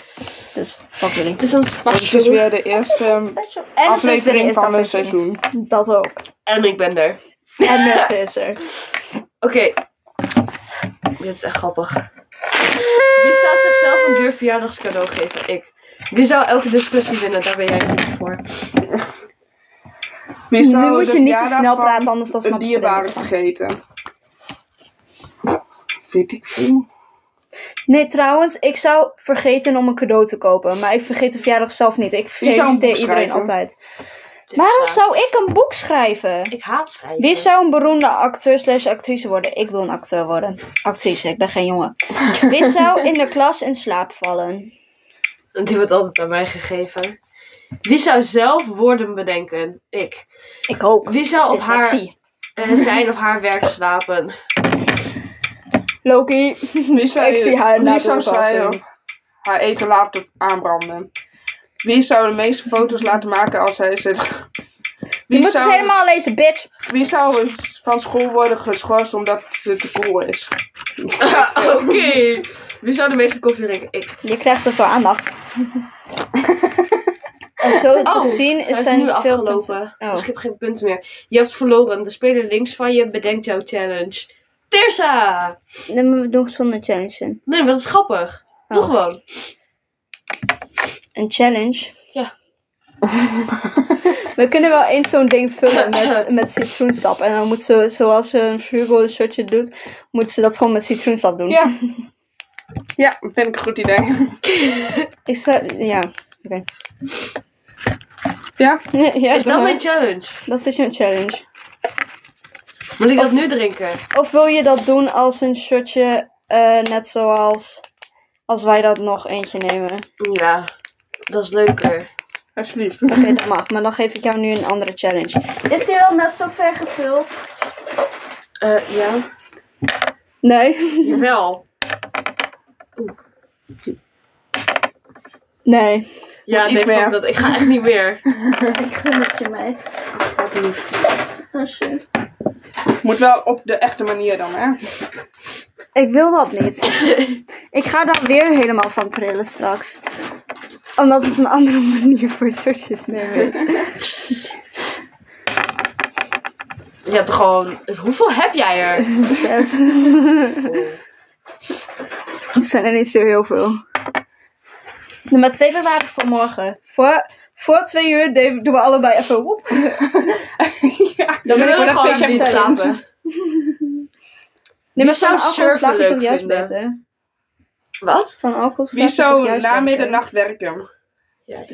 Speaker 1: Dus fuck jullie.
Speaker 3: Het is een
Speaker 2: Het is
Speaker 3: spasje.
Speaker 2: weer de eerste ehm,
Speaker 1: Special. En het is weer de
Speaker 2: aflevering
Speaker 1: eerste
Speaker 2: van het
Speaker 1: aflevering.
Speaker 2: seizoen.
Speaker 1: Dat ook.
Speaker 3: En ik ben er.
Speaker 1: En het is er.
Speaker 3: Oké. Dit is echt grappig. Wie zou zichzelf een duur verjaardagscadeau geven? Ik. Wie zou elke discussie winnen? Daar ben jij natuurlijk voor.
Speaker 2: Wie zou
Speaker 1: nu moet
Speaker 2: de
Speaker 1: je niet te
Speaker 2: verjaardag
Speaker 1: snel
Speaker 2: van
Speaker 1: praten, anders dan
Speaker 2: Een
Speaker 1: snap je
Speaker 2: dierbare vergeten. Vind ik veel.
Speaker 1: Nee, trouwens, ik zou vergeten om een cadeau te kopen. Maar ik vergeet de verjaardag zelf niet. Ik
Speaker 2: een boek
Speaker 1: feliciteer iedereen
Speaker 2: schrijven.
Speaker 1: altijd. Waarom zou ik een boek schrijven?
Speaker 3: Ik haat schrijven.
Speaker 1: Wie zou een beroemde acteur slash actrice worden? Ik wil een acteur worden. Actrice, ik ben geen jongen. Wie zou in de klas in slaap vallen?
Speaker 3: Die wordt altijd aan mij gegeven. Wie zou zelf woorden bedenken? Ik.
Speaker 1: Ik ook.
Speaker 3: Wie zou op haar,
Speaker 1: Dyslexie.
Speaker 3: eh, zijn of haar werk slapen?
Speaker 1: Loki.
Speaker 2: Wie zou,
Speaker 1: ik zie haar na
Speaker 2: wie
Speaker 1: de
Speaker 2: zou zij
Speaker 1: oplossing.
Speaker 2: of haar eten laten aanbranden? Wie zou de meeste foto's laten maken als hij zit?
Speaker 1: Je
Speaker 2: Wie
Speaker 1: moet
Speaker 2: zou,
Speaker 1: het helemaal lezen, bitch.
Speaker 2: wie zou eens van school worden geschorst omdat ze te cool is?
Speaker 3: Ah, Oké. Wie zou de meeste koffie drinken? Ik.
Speaker 1: Je krijgt ervoor aandacht. en zo te
Speaker 3: Oh,
Speaker 1: zien
Speaker 3: Het
Speaker 1: is
Speaker 3: is
Speaker 1: zijn
Speaker 3: nu
Speaker 1: veel
Speaker 3: afgelopen.
Speaker 1: punten-
Speaker 3: Dus
Speaker 1: Oh.
Speaker 3: ik heb geen punten meer. Je hebt verloren. De speler links van je bedenkt jouw challenge. Tirsa!
Speaker 1: Nee, maar we doen zonder challenge. in.
Speaker 3: Nee, maar dat is grappig. Doe
Speaker 1: Oh.
Speaker 3: gewoon.
Speaker 1: Een challenge?
Speaker 3: Ja.
Speaker 1: we kunnen wel eens zo'n ding vullen met, met citroensap. En dan moet ze, zoals ze een frugal shirtje doet, moet ze dat gewoon met citroensap doen.
Speaker 2: Ja. Ja, vind ik een goed idee.
Speaker 1: Ik zou, ja. Oké.
Speaker 2: Ja?
Speaker 1: Ja,
Speaker 3: Is dat
Speaker 1: doe
Speaker 3: mijn
Speaker 1: maar.
Speaker 3: challenge?
Speaker 1: Dat is een challenge.
Speaker 3: Moet ik
Speaker 1: Of-
Speaker 3: dat nu drinken?
Speaker 1: Of wil je dat doen als een shirtje, eh, net zoals als wij dat nog eentje nemen?
Speaker 3: Ja, dat is leuker.
Speaker 2: Alsjeblieft.
Speaker 1: Oké, dat mag. Maar dan geef ik jou nu een andere challenge. Is die wel net zo ver gevuld?
Speaker 3: Eh, ja.
Speaker 1: Nee.
Speaker 3: Jawel.
Speaker 1: Nee.
Speaker 3: Ja,
Speaker 2: Moet
Speaker 3: nee,
Speaker 2: iets meer.
Speaker 3: fuck dat. Ik ga echt niet meer.
Speaker 1: Ik gun het je, meid.
Speaker 3: Oh,
Speaker 2: Moet wel op de echte manier dan, hè?
Speaker 1: Ik wil dat niet. ik ga daar weer helemaal van trillen straks. Omdat het een andere manier voor shirtjes nemen is.
Speaker 3: Je hebt er gewoon... Hoeveel heb jij er?
Speaker 1: Zes. Dat zijn er niet zo heel veel. Nummer twee bewaren voor morgen. Voor, voor twee uur de- doen we allebei even op.
Speaker 2: ja.
Speaker 3: Dan
Speaker 2: ben ik wel echt
Speaker 3: gewoon
Speaker 2: speciaal
Speaker 3: niet
Speaker 2: talent.
Speaker 3: slapen.
Speaker 1: Nummer
Speaker 3: zou surfen leuk vinden?
Speaker 1: beter.
Speaker 3: Wat?
Speaker 1: Van alcohol.
Speaker 2: Wie zou na
Speaker 1: namiddag?
Speaker 2: middernacht werken?
Speaker 3: Ja,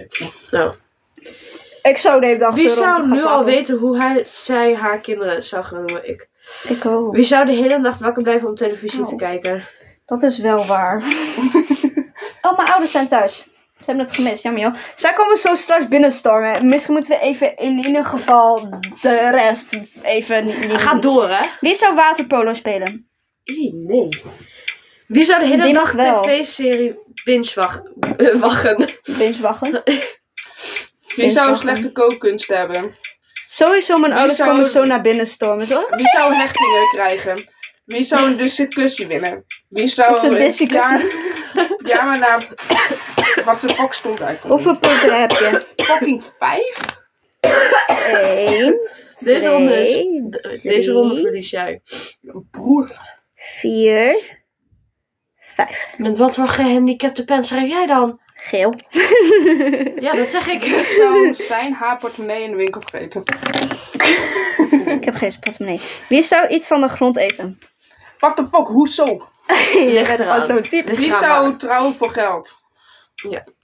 Speaker 3: nou.
Speaker 1: Ik zou de hele dag
Speaker 3: Wie
Speaker 1: zeuren om te
Speaker 3: zou
Speaker 1: gaan
Speaker 3: nu al
Speaker 1: slapen.
Speaker 3: weten hoe hij, zij haar kinderen zou gaan noemen? Ik.
Speaker 1: Ik ook.
Speaker 3: Wie zou de hele nacht wakker blijven om televisie te
Speaker 1: Oh.
Speaker 3: kijken?
Speaker 1: Dat is wel waar. oh, mijn ouders zijn thuis. Ze hebben het gemist, jammer joh. Zij komen zo straks binnenstormen. Misschien moeten we even in ieder geval de rest even...
Speaker 3: Ga door, hè?
Speaker 1: Wie zou waterpolo spelen?
Speaker 3: Ie, nee. Wie zou de hele
Speaker 1: Die
Speaker 3: dag
Speaker 1: mag wel.
Speaker 3: tv-serie binge wach- eh, wachten?
Speaker 1: Beens wachten.
Speaker 2: Wie zou een
Speaker 1: Instagram.
Speaker 2: slechte kookkunst hebben?
Speaker 1: Sowieso, mijn ouders
Speaker 2: zou-
Speaker 1: komen zo naar binnenstormen. Zo,
Speaker 2: Wie zou hechtlingen krijgen? Wie zou een discussie winnen? Wie
Speaker 1: Is een
Speaker 2: zou
Speaker 1: discussie?
Speaker 2: Ja, ja, maar na wat de gok stond eigenlijk.
Speaker 1: hoeveel punten heb je?
Speaker 2: fucking vijf?
Speaker 1: Eén,
Speaker 3: Deze ronde is-
Speaker 1: twee,
Speaker 3: Deze ronde verlies jij.
Speaker 2: Broer.
Speaker 1: vier, vijf.
Speaker 3: Met wat voor gehandicapte pen schrijf jij dan?
Speaker 1: Geel.
Speaker 3: Ja, dat zeg ik.
Speaker 2: Ik zou zijn haar portemonnee in de winkel vergeten.
Speaker 1: Ik heb geen portemonnee. Wie zou iets van de grond eten?
Speaker 2: What the fuck, hoezo?
Speaker 1: Je
Speaker 3: Ligt
Speaker 1: bent
Speaker 3: eraan.
Speaker 1: gewoon zo'n type.
Speaker 2: Wie zou trouwen voor geld?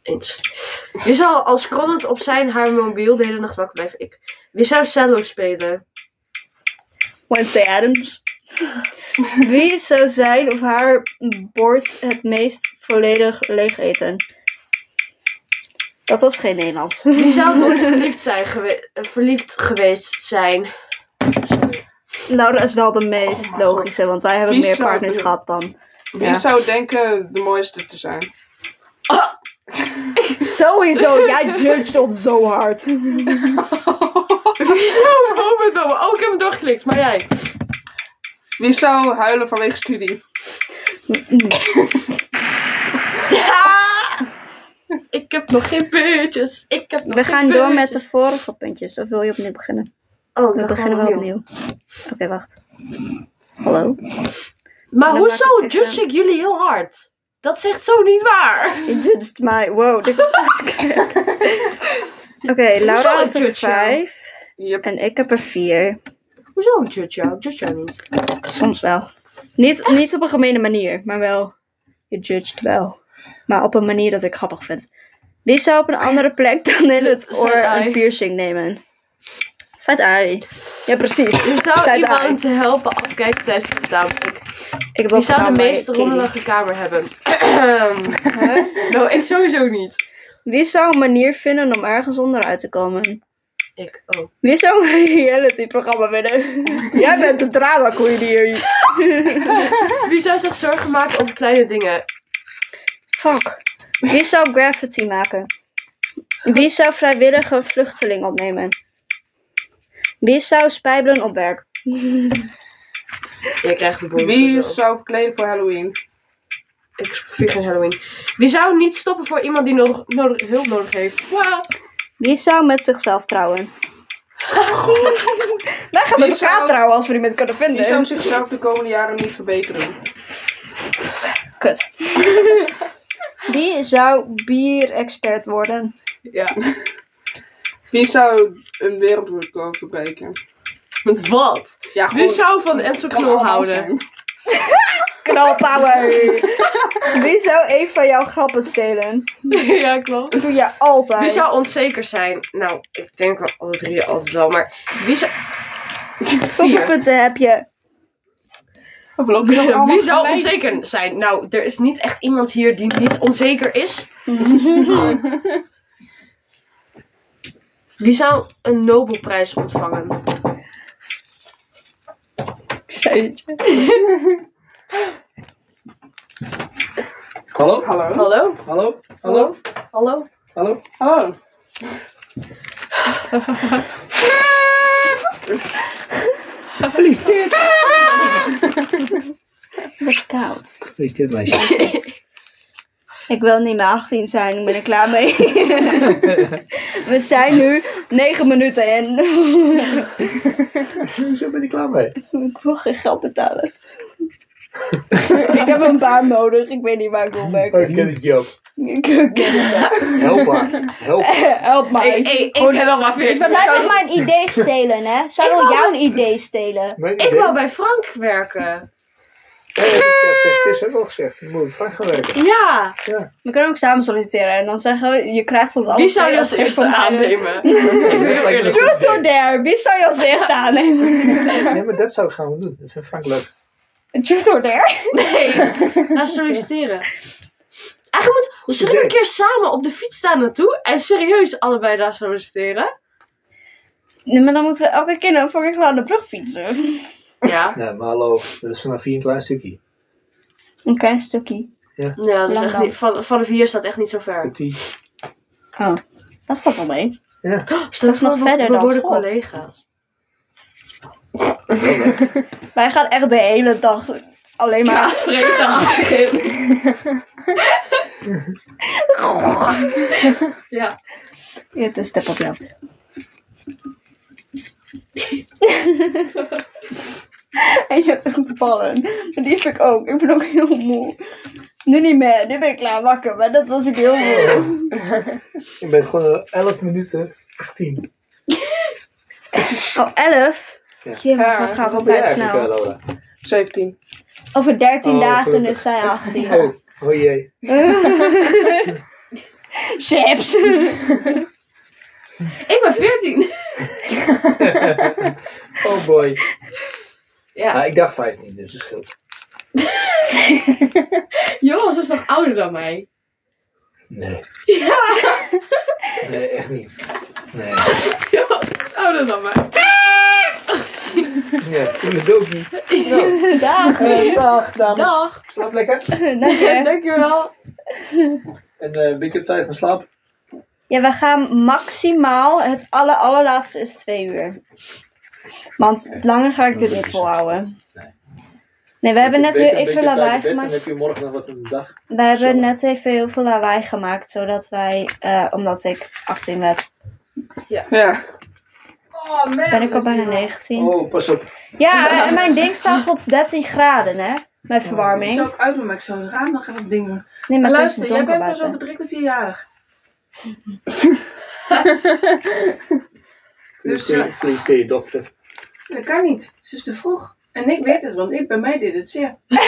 Speaker 3: Eens. Wie zou als scrollend op zijn haar mobiel de hele nacht wakker blijven? Ik. Wie zou cello spelen?
Speaker 1: Wednesday Adams. Wie zou zijn of haar bord het meest volledig leeg eten? Dat was geen Nederlands.
Speaker 3: Wie zou nooit verliefd, zijn gewe- eh, verliefd geweest zijn?
Speaker 1: Laura is wel de meest
Speaker 2: Oh mijn
Speaker 1: logische, want wij hebben
Speaker 2: Wie
Speaker 1: meer
Speaker 2: zou
Speaker 1: partners
Speaker 2: doen?
Speaker 1: gehad dan.
Speaker 2: Wie
Speaker 1: Ja.
Speaker 2: zou denken de mooiste te zijn?
Speaker 1: Sowieso, jij judged ons zo hard.
Speaker 3: Wie zou Robert noemen? Oh, ik heb hem doorgeklikt, maar jij.
Speaker 2: Wie zou huilen vanwege studie?
Speaker 3: Ik heb nog geen puntjes. Ik heb nog
Speaker 1: We
Speaker 3: geen
Speaker 1: gaan door met de
Speaker 3: puntjes.
Speaker 1: vorige puntjes. Of wil je opnieuw beginnen?
Speaker 3: Oh,
Speaker 1: We
Speaker 3: dan
Speaker 1: beginnen
Speaker 3: beginnen
Speaker 1: wel
Speaker 3: we
Speaker 1: opnieuw. Oké, wacht. Hallo?
Speaker 3: Maar
Speaker 1: Dan
Speaker 3: hoezo
Speaker 1: maak ik
Speaker 3: judge
Speaker 1: even-
Speaker 3: ik jullie heel hard? Dat zegt zo niet waar.
Speaker 1: Je judged mij. Wow, dit is gek. Oké, Laura
Speaker 3: Hoezo
Speaker 1: had
Speaker 3: judge jou?
Speaker 1: er vijf.
Speaker 2: Yep.
Speaker 1: En ik heb er vier.
Speaker 3: Hoezo ik judge jou? Ik judge jou niet.
Speaker 1: Soms wel. Niet, niet op een gemene manier, maar wel. Je judged wel. Maar op een manier dat ik grappig vind. Wie zou op een andere plek dan in het
Speaker 3: Side
Speaker 1: oor
Speaker 3: eye.
Speaker 1: een piercing nemen? Side eye. Ja, precies.
Speaker 3: Je zou
Speaker 1: Zij
Speaker 3: iemand helpen Oh, afkijken tijdens de tentamen. Ik,
Speaker 1: Ik wil
Speaker 3: wie zou de
Speaker 1: trouwen,
Speaker 3: meest
Speaker 1: Katie.
Speaker 3: rommelige kamer hebben? nou, ik sowieso niet.
Speaker 1: Wie zou een manier vinden om ergens onderuit te komen?
Speaker 3: Ik ook.
Speaker 1: Wie zou een reality-programma winnen? Jij bent de drama queen hier.
Speaker 3: Wie zou zich zorgen maken over kleine dingen?
Speaker 1: Fuck. Wie zou graffiti maken? Wie zou vrijwillige vluchteling opnemen? Wie zou spijbelen op werk?
Speaker 3: Je krijgt de boel.
Speaker 2: Wie zou verkleden voor Halloween?
Speaker 3: Ik vier geen Halloween. Wie zou niet stoppen voor iemand die nodig, nodig, hulp nodig heeft? Wow.
Speaker 1: Wie zou met zichzelf trouwen? Wij gaan
Speaker 2: Wie zou-
Speaker 1: trouwen als we die met kunnen
Speaker 2: Wie zou zichzelf de komende jaren niet verbeteren?
Speaker 1: Kut. Wie zou bierexpert worden?
Speaker 3: Ja.
Speaker 2: Wie zou een wereldrecord verbreken?
Speaker 3: Met wat?
Speaker 2: Ja,
Speaker 3: Wie
Speaker 2: gewoon-
Speaker 3: zou van Enzo
Speaker 2: kan
Speaker 3: Knol
Speaker 2: allemaal
Speaker 3: houden?
Speaker 2: zijn.
Speaker 1: Knalpower! Wie zou een van jouw grappen stelen?
Speaker 3: ja, klopt.
Speaker 1: Dat doe je altijd.
Speaker 3: Wie zou onzeker zijn? Nou, ik denk wel alle drie altijd wel, maar wie zou...
Speaker 1: Hoeveel
Speaker 3: Vier.
Speaker 1: punten heb je?
Speaker 2: Of lopen ze allemaal
Speaker 3: Wie zou
Speaker 2: gelijk?
Speaker 3: onzeker zijn? Nou, er is niet echt iemand hier die niet onzeker is. Wie zou een Nobelprijs ontvangen?
Speaker 4: Hallo?
Speaker 2: Hallo?
Speaker 3: Hallo?
Speaker 4: Hallo? Hallo?
Speaker 3: Hallo?
Speaker 4: Hallo?
Speaker 2: Hallo?
Speaker 4: Gefeliciteerd!
Speaker 1: Wat koud.
Speaker 4: Gefeliciteerd meisje.
Speaker 1: Ik wil niet meer 18 zijn, ik ben er klaar mee. We zijn nu 9 minuten in.
Speaker 4: Zo ben ik klaar mee.
Speaker 1: ik wil geen geld betalen. ik heb een baan nodig, ik weet niet waar ik wil werken.
Speaker 4: Ik ken het Joop.
Speaker 1: Ik- ik-
Speaker 4: Help haar. Help
Speaker 1: Help mij.
Speaker 3: Hey, hey, ik ben wel maar 40.
Speaker 1: Zij wil mijn idee stelen, hè? Zij
Speaker 3: Ik
Speaker 1: wil
Speaker 3: wou-
Speaker 1: jouw idee stelen.
Speaker 4: Mijn
Speaker 3: Ik
Speaker 4: idee.
Speaker 3: wou bij Frank werken.
Speaker 4: Nee, dat heb ik tegen Tess ook al gezegd. Je moet het vraag gaan werken.
Speaker 5: Ja,
Speaker 1: We kunnen ook samen solliciteren en dan zeggen we, je krijgt ons
Speaker 5: wie
Speaker 1: allemaal
Speaker 5: zou je als eerste aannemen?
Speaker 1: Truth or dare, wie zou je als eerste aannemen?
Speaker 4: Nee, maar dat zou ik gaan doen. Dat vindt Frank leuk.
Speaker 1: Truth or dare?
Speaker 5: Nee, naar solliciteren. Eigenlijk
Speaker 4: Goed
Speaker 5: moet, zullen we een
Speaker 4: idee.
Speaker 5: keer samen op de fiets daar naartoe en serieus allebei daar solliciteren?
Speaker 1: Nee, maar dan moeten we elke keer een fucking aan de brug fietsen.
Speaker 5: Ja,
Speaker 4: Nee, maar hallo. Dat is vanaf hier een klein stukje.
Speaker 1: Een klein stukje.
Speaker 5: ja dat is echt
Speaker 1: Langdam.
Speaker 5: niet, van, vanaf hier staat echt niet zo ver.
Speaker 4: Petit.
Speaker 1: Oh, dat valt wel mee.
Speaker 5: Stel
Speaker 1: is nog
Speaker 5: voor, we-
Speaker 1: verder
Speaker 5: we
Speaker 1: dan
Speaker 5: worden
Speaker 1: school.
Speaker 5: collega's.
Speaker 4: Wel leuk.
Speaker 1: Wij gaan echt de hele dag alleen maar...
Speaker 5: Ja.
Speaker 1: Je hebt een step op je hoofd. en je hebt ook gevallen. Maar die heb ik ook. Ik ben ook heel moe. Nu niet meer. Nu ben ik klaar wakker. Maar dat was ik heel moe.
Speaker 4: Je bent gewoon 11 minuten 18.
Speaker 1: Oh, 11?
Speaker 4: Ja.
Speaker 1: Jim, dat gaat
Speaker 4: Wat ben jij
Speaker 1: altijd
Speaker 4: eigenlijk, eh,
Speaker 1: snel.
Speaker 4: Laura?
Speaker 2: 17.
Speaker 1: Over 13
Speaker 4: Oh,
Speaker 1: dagen
Speaker 4: gelukkig.
Speaker 1: is zij 18.
Speaker 4: Oh, oh jee.
Speaker 1: Chips!
Speaker 5: Ik ben 14.
Speaker 4: Oh boy.
Speaker 5: Ja,
Speaker 4: Ah, ik dacht 15, dus dat scheelt.
Speaker 5: Jonas is nog ouder dan mij.
Speaker 4: Nee.
Speaker 5: Ja,
Speaker 4: Nee, echt niet. Nee.
Speaker 5: Jonas is ouder dan mij.
Speaker 4: Ja, ik ben dood niet.
Speaker 1: Dag!
Speaker 4: Eh, dag, dames.
Speaker 5: Dag.
Speaker 4: Slaap lekker.
Speaker 1: Dank je.
Speaker 5: Dankjewel.
Speaker 4: En eh, ben ik op tijd gaan slapen?
Speaker 1: Ja, we gaan maximaal, het aller, allerlaatste is 2 uur. Want langer ga ik dit niet volhouden. Nee, we hebben net
Speaker 4: Ben ik
Speaker 1: weer
Speaker 4: een beetje
Speaker 1: even
Speaker 4: op tijd
Speaker 1: lawaai
Speaker 4: in bed En
Speaker 1: gemaakt.
Speaker 4: heb je morgen nog wat een dag?
Speaker 1: We hebben
Speaker 4: Zo.
Speaker 1: net even heel veel lawaai gemaakt, zodat wij, eh, omdat ik 18 werd,
Speaker 2: Ja.
Speaker 5: Oh, man.
Speaker 1: ben ik al bijna 19.
Speaker 4: Oh, pas op.
Speaker 1: Ja, en mijn ding staat op 13 graden, hè? Mijn verwarming.
Speaker 6: zou ik uit doen, maar ik zou het raam nog even dingen.
Speaker 1: Nee, maar
Speaker 6: Maar
Speaker 1: het is
Speaker 6: luister, jij
Speaker 1: donker
Speaker 6: bent pas over
Speaker 1: buiten.
Speaker 6: drie kwartier jarig.
Speaker 4: Feliciteer feliciteer je dochter.
Speaker 6: Dat kan niet. Ze is te vroeg. En ik weet het, want ik bij mij deed het zeer.
Speaker 4: Jij-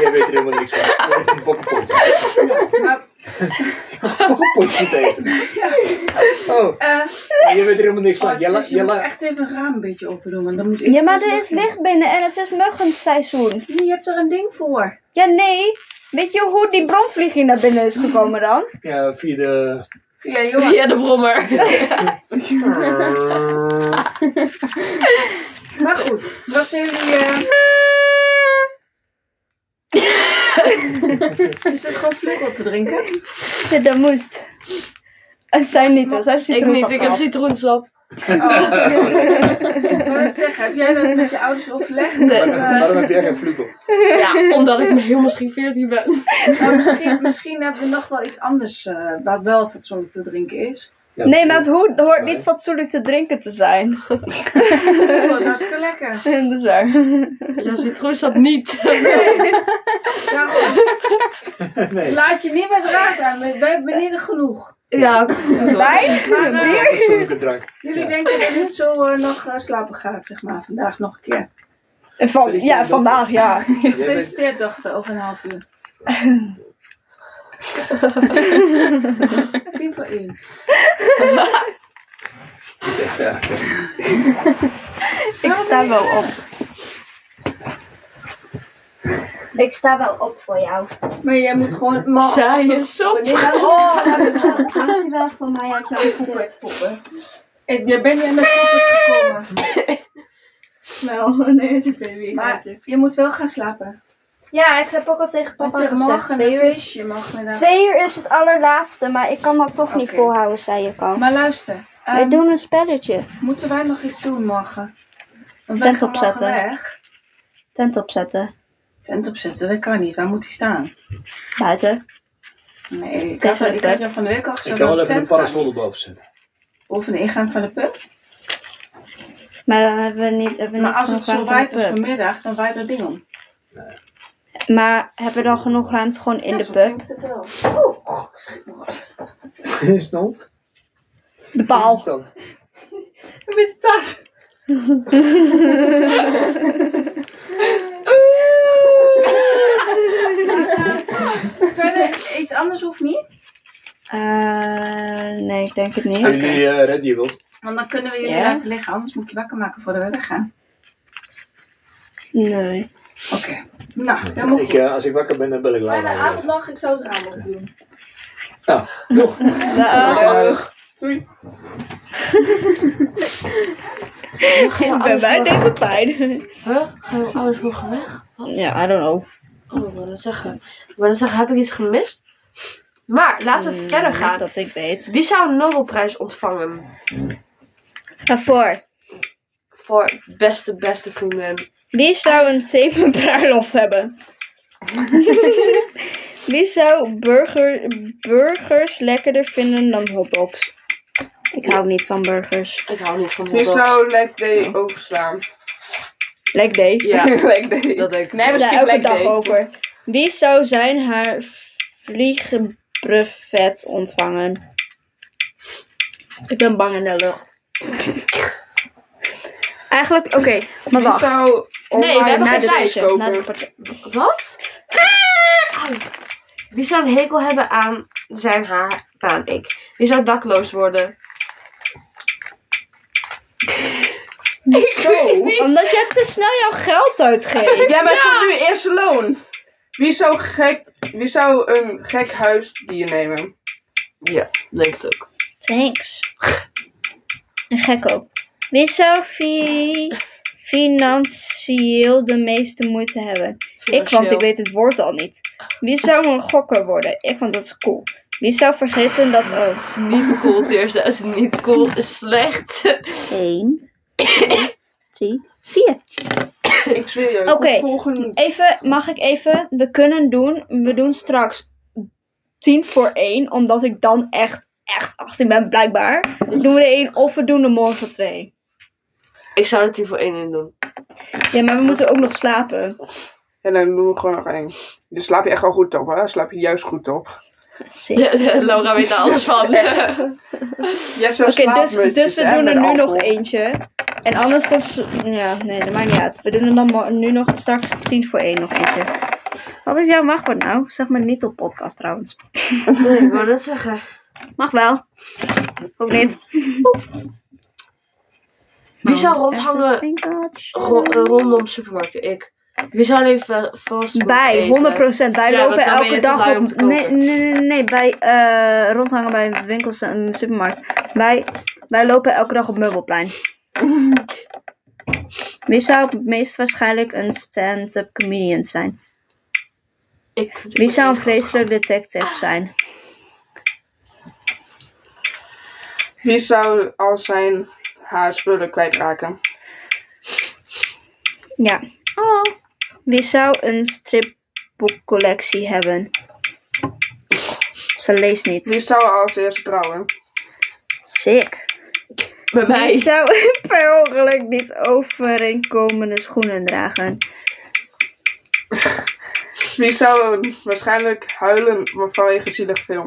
Speaker 4: Jij weet er helemaal niks van. Jij hebt een bokkenpotje.
Speaker 6: Maar
Speaker 4: Bokkenpotje te eten. Oh,
Speaker 6: eh,
Speaker 4: jij weet er helemaal niks van.
Speaker 6: oh,
Speaker 4: Jij la-
Speaker 6: Tess, je
Speaker 4: jij
Speaker 6: moet
Speaker 4: la-
Speaker 6: echt even een raam een beetje open doen, want dan moet ik...
Speaker 1: Ja, maar
Speaker 6: dus
Speaker 1: er
Speaker 6: nog
Speaker 1: is
Speaker 6: in.
Speaker 1: licht binnen en het is muggenseizoen.
Speaker 6: Nee, Je hebt er een ding voor.
Speaker 1: Ja, nee. Weet je hoe die bromvlieg hier naar binnen is gekomen dan?
Speaker 4: Ja, via de...
Speaker 6: Ja, joh.
Speaker 5: Via de brommer.
Speaker 6: Maar goed, wat zijn jullie... eh, is dat gewoon vleugel te drinken?
Speaker 1: Ja, dat moest. En zij niet, hoor. Zij zit
Speaker 5: Ik
Speaker 1: er
Speaker 5: niet, ik heb citroensap.
Speaker 6: Ik wil het zeggen, heb jij dat met je ouders overlegd? Of,
Speaker 4: Waarom
Speaker 6: eh,
Speaker 4: waarom heb jij geen vlugel?
Speaker 5: Ja, omdat ik heel misschien 14 ben.
Speaker 6: nou, misschien, misschien hebben we nog wel iets anders eh, wat wel fatsoenlijk te drinken is.
Speaker 4: Ja,
Speaker 1: Nee, maar het hoort, hoort
Speaker 4: Nee.
Speaker 1: niet fatsoenlijk te drinken te zijn.
Speaker 6: Oh, Dat was hartstikke lekker.
Speaker 1: Dat is waar.
Speaker 5: Ja, citroensap niet.
Speaker 6: Daarom.
Speaker 4: Nee.
Speaker 6: Laat je niet met raas aan, we we hebben beneden genoeg. eh,
Speaker 5: Ja,
Speaker 1: Wijn?
Speaker 4: eh,
Speaker 1: Bier?
Speaker 4: Fatsoenlijke drank.
Speaker 6: Jullie
Speaker 4: Ja.
Speaker 6: denken dat dit zo eh, nog eh, slapen gaat, zeg maar, vandaag nog een keer.
Speaker 1: Van, ja,
Speaker 4: Gefeliciteerd,
Speaker 1: vandaag, ja.
Speaker 4: Jij bent-
Speaker 6: Gefeliciteerd, dochter, over een half uur. Tien voor één.
Speaker 4: ja.
Speaker 1: Ik sta wel op. Ik sta wel op voor jou.
Speaker 6: Maar jij moet gewoon... Maar,
Speaker 1: Oh,
Speaker 5: saaie sop.
Speaker 1: Dankjewel voor mij uit jouw gevoerd.
Speaker 6: ik, jij bent net met koppers gekomen.
Speaker 1: Nou, nee, het is baby.
Speaker 6: Maar je moet wel gaan slapen.
Speaker 1: Ja, ik heb ook al tegen
Speaker 6: Want
Speaker 1: papa
Speaker 6: er
Speaker 1: gezegd.
Speaker 6: morgen een
Speaker 1: Twee uur,
Speaker 6: feestje morgenmiddag.
Speaker 1: twee uur is het allerlaatste, maar ik kan dat toch niet
Speaker 6: Oké.
Speaker 1: volhouden, zei ik al.
Speaker 6: Maar luister, ehm,
Speaker 1: Wij doen een spelletje.
Speaker 6: moeten wij nog iets doen morgen? Want
Speaker 1: Tent
Speaker 6: wij gaan morgen
Speaker 1: opzetten.
Speaker 6: weg.
Speaker 1: Tent opzetten.
Speaker 6: Tent opzetten, dat kan niet. Waar moet die staan?
Speaker 1: Buiten.
Speaker 6: Nee, ik had,
Speaker 1: Tegen
Speaker 6: al-
Speaker 1: de
Speaker 6: ik had
Speaker 1: put.
Speaker 6: jou van de week al
Speaker 4: Ik
Speaker 6: gezegd.
Speaker 4: kan wel
Speaker 6: dat
Speaker 4: even een
Speaker 6: tent kan
Speaker 4: parasol
Speaker 6: niet.
Speaker 4: erboven zetten.
Speaker 6: Boven de ingang van de put.
Speaker 1: Maar dan hebben we niet. Hebben we
Speaker 6: Maar
Speaker 1: niet
Speaker 6: als het
Speaker 1: genoeg
Speaker 6: zo
Speaker 1: ruimte
Speaker 6: waait als
Speaker 1: in de
Speaker 6: vanmiddag, dan waait dat ding om.
Speaker 1: pub. Maar hebben we dan genoeg ruimte gewoon in de pub?
Speaker 6: te veel.
Speaker 4: Is het hond?
Speaker 1: De
Speaker 4: Is
Speaker 1: paal.
Speaker 4: het dan?
Speaker 6: Met de nou, tas.
Speaker 1: Eh, Ik denk het niet.
Speaker 4: Zijn jullie eh ready, Wil?
Speaker 6: Want dan kunnen we jullie
Speaker 1: Ja.
Speaker 6: laten liggen, anders moet ik je wakker maken voordat we weggaan.
Speaker 1: Nee.
Speaker 6: Oké. Nou, dan moet
Speaker 4: Ik, eh, als ik wakker ben, dan bel ik
Speaker 7: Bijna
Speaker 4: Laura.
Speaker 7: avond nog, ik zou het raam open doen.
Speaker 4: Nog.
Speaker 6: Oh.
Speaker 1: oh. Ik ben bij deze pijn.
Speaker 3: Huh? Gaan we alles mogen weg? Wat?
Speaker 1: Ja, I don't know.
Speaker 3: Oh, ik wil dat zeggen. Ik wil dat zeggen, heb ik iets gemist? Maar laten we verder
Speaker 1: Niet
Speaker 3: gaan.
Speaker 1: Hmm, Dat ik weet.
Speaker 3: Wie zou een Nobelprijs ontvangen?
Speaker 1: Ga voor.
Speaker 3: Voor beste, beste vriendin.
Speaker 1: Wie zou een thema bruiloft hebben? Wie zou burger, burgers lekkerder vinden dan hotdogs? Ik hou niet van burgers.
Speaker 3: Ik hou niet van
Speaker 2: Wie
Speaker 3: hotdogs.
Speaker 2: zou leg day overslaan?
Speaker 1: Leg day.
Speaker 3: Ja,
Speaker 2: leg day.
Speaker 3: dat denk ik.
Speaker 2: Nee, we
Speaker 1: Daar
Speaker 2: skippen
Speaker 1: elke
Speaker 2: leg
Speaker 1: dag
Speaker 2: day.
Speaker 1: over. Wie zou zijn haar vliegenbrevet ontvangen? Ik ben bang in de lucht. Eigenlijk, oké, maar
Speaker 2: Wie
Speaker 1: wacht.
Speaker 2: zou online
Speaker 3: we hebben
Speaker 1: na
Speaker 3: geen
Speaker 1: de
Speaker 3: lijst.
Speaker 1: deze, na de
Speaker 2: kopen?
Speaker 1: partij.
Speaker 3: Wat? Au. Wie zou een hekel hebben aan zijn haar aan ik? Wie zou dakloos worden?
Speaker 2: Oh.
Speaker 1: Omdat jij te snel jouw geld uitgeeft.
Speaker 2: Jij bent voor nu eerste loon. Wie zou, gek, wie zou een gek huisdier nemen?
Speaker 3: Ja, denk het ook.
Speaker 1: Thanks. En gekko. Wie zou fi- financieel de meeste moeite hebben? Ik, want ik weet het woord al niet. Wie zou een gokker worden? Ik, want dat is cool. Wie zou vergeten dat... Oh,
Speaker 3: is niet cool, Teersa. is niet cool. is slecht.
Speaker 1: 1, 3, 4.
Speaker 2: Ik zweer je. ik
Speaker 1: Oké.
Speaker 2: kom Volgende...
Speaker 1: Even, mag ik even? We kunnen doen, we doen straks 10 voor 1, omdat ik dan echt, echt 18 ben, blijkbaar. Doen we de 1 of we doen de morgen 2.
Speaker 3: Ik zou het hier voor één in doen.
Speaker 1: Ja, maar we moeten ook nog slapen.
Speaker 2: En dan doen we gewoon nog één. Dus slaap je echt wel goed op, hè? Slaap je juist goed op.
Speaker 1: Zeker.
Speaker 3: Laura weet daar alles van.
Speaker 2: Jij hebt zo'n
Speaker 1: Oké, dus,
Speaker 2: slaapmutsjes,
Speaker 1: dus we
Speaker 2: hè,
Speaker 1: doen
Speaker 2: met
Speaker 1: er nu
Speaker 2: alcohol.
Speaker 1: nog eentje. En anders dan... s- Ja, nee, dat maakt niet uit. We doen er dan mo- nu nog straks 10 voor 1 nog eentje. Wat is jouw machtwoord nou? Zeg maar niet op podcast trouwens.
Speaker 3: nee, ik wou net zeggen.
Speaker 1: Mag wel. Ook niet.
Speaker 3: Wie zou rondhangen ro- eh, rondom supermarkten? Ik. Wie zou even vast
Speaker 1: Bij, 100%. Wij
Speaker 3: Ja,
Speaker 1: lopen
Speaker 3: want dan ben je
Speaker 1: elke
Speaker 3: te lui
Speaker 1: dag
Speaker 3: om te
Speaker 1: op.
Speaker 3: koken.
Speaker 1: Nee, nee, nee, nee. Bij eh, rondhangen bij winkels en supermarkt. Wij, wij lopen elke dag op Meubelplein. Wie zou het meest waarschijnlijk een stand-up comedian zijn?
Speaker 3: Ik.
Speaker 1: Wie zou een vreselijk detective zijn?
Speaker 2: Wie zou al zijn haar spullen kwijtraken?
Speaker 1: Ja. Oh. Wie zou een stripboekcollectie hebben? Ze leest niet.
Speaker 2: Wie zou als eerste trouwen?
Speaker 1: Sick. Wie
Speaker 3: Bij mij.
Speaker 1: zou per ongeluk niet overeenkomende schoenen dragen?
Speaker 2: Wie zou waarschijnlijk huilen vanwege zielig film?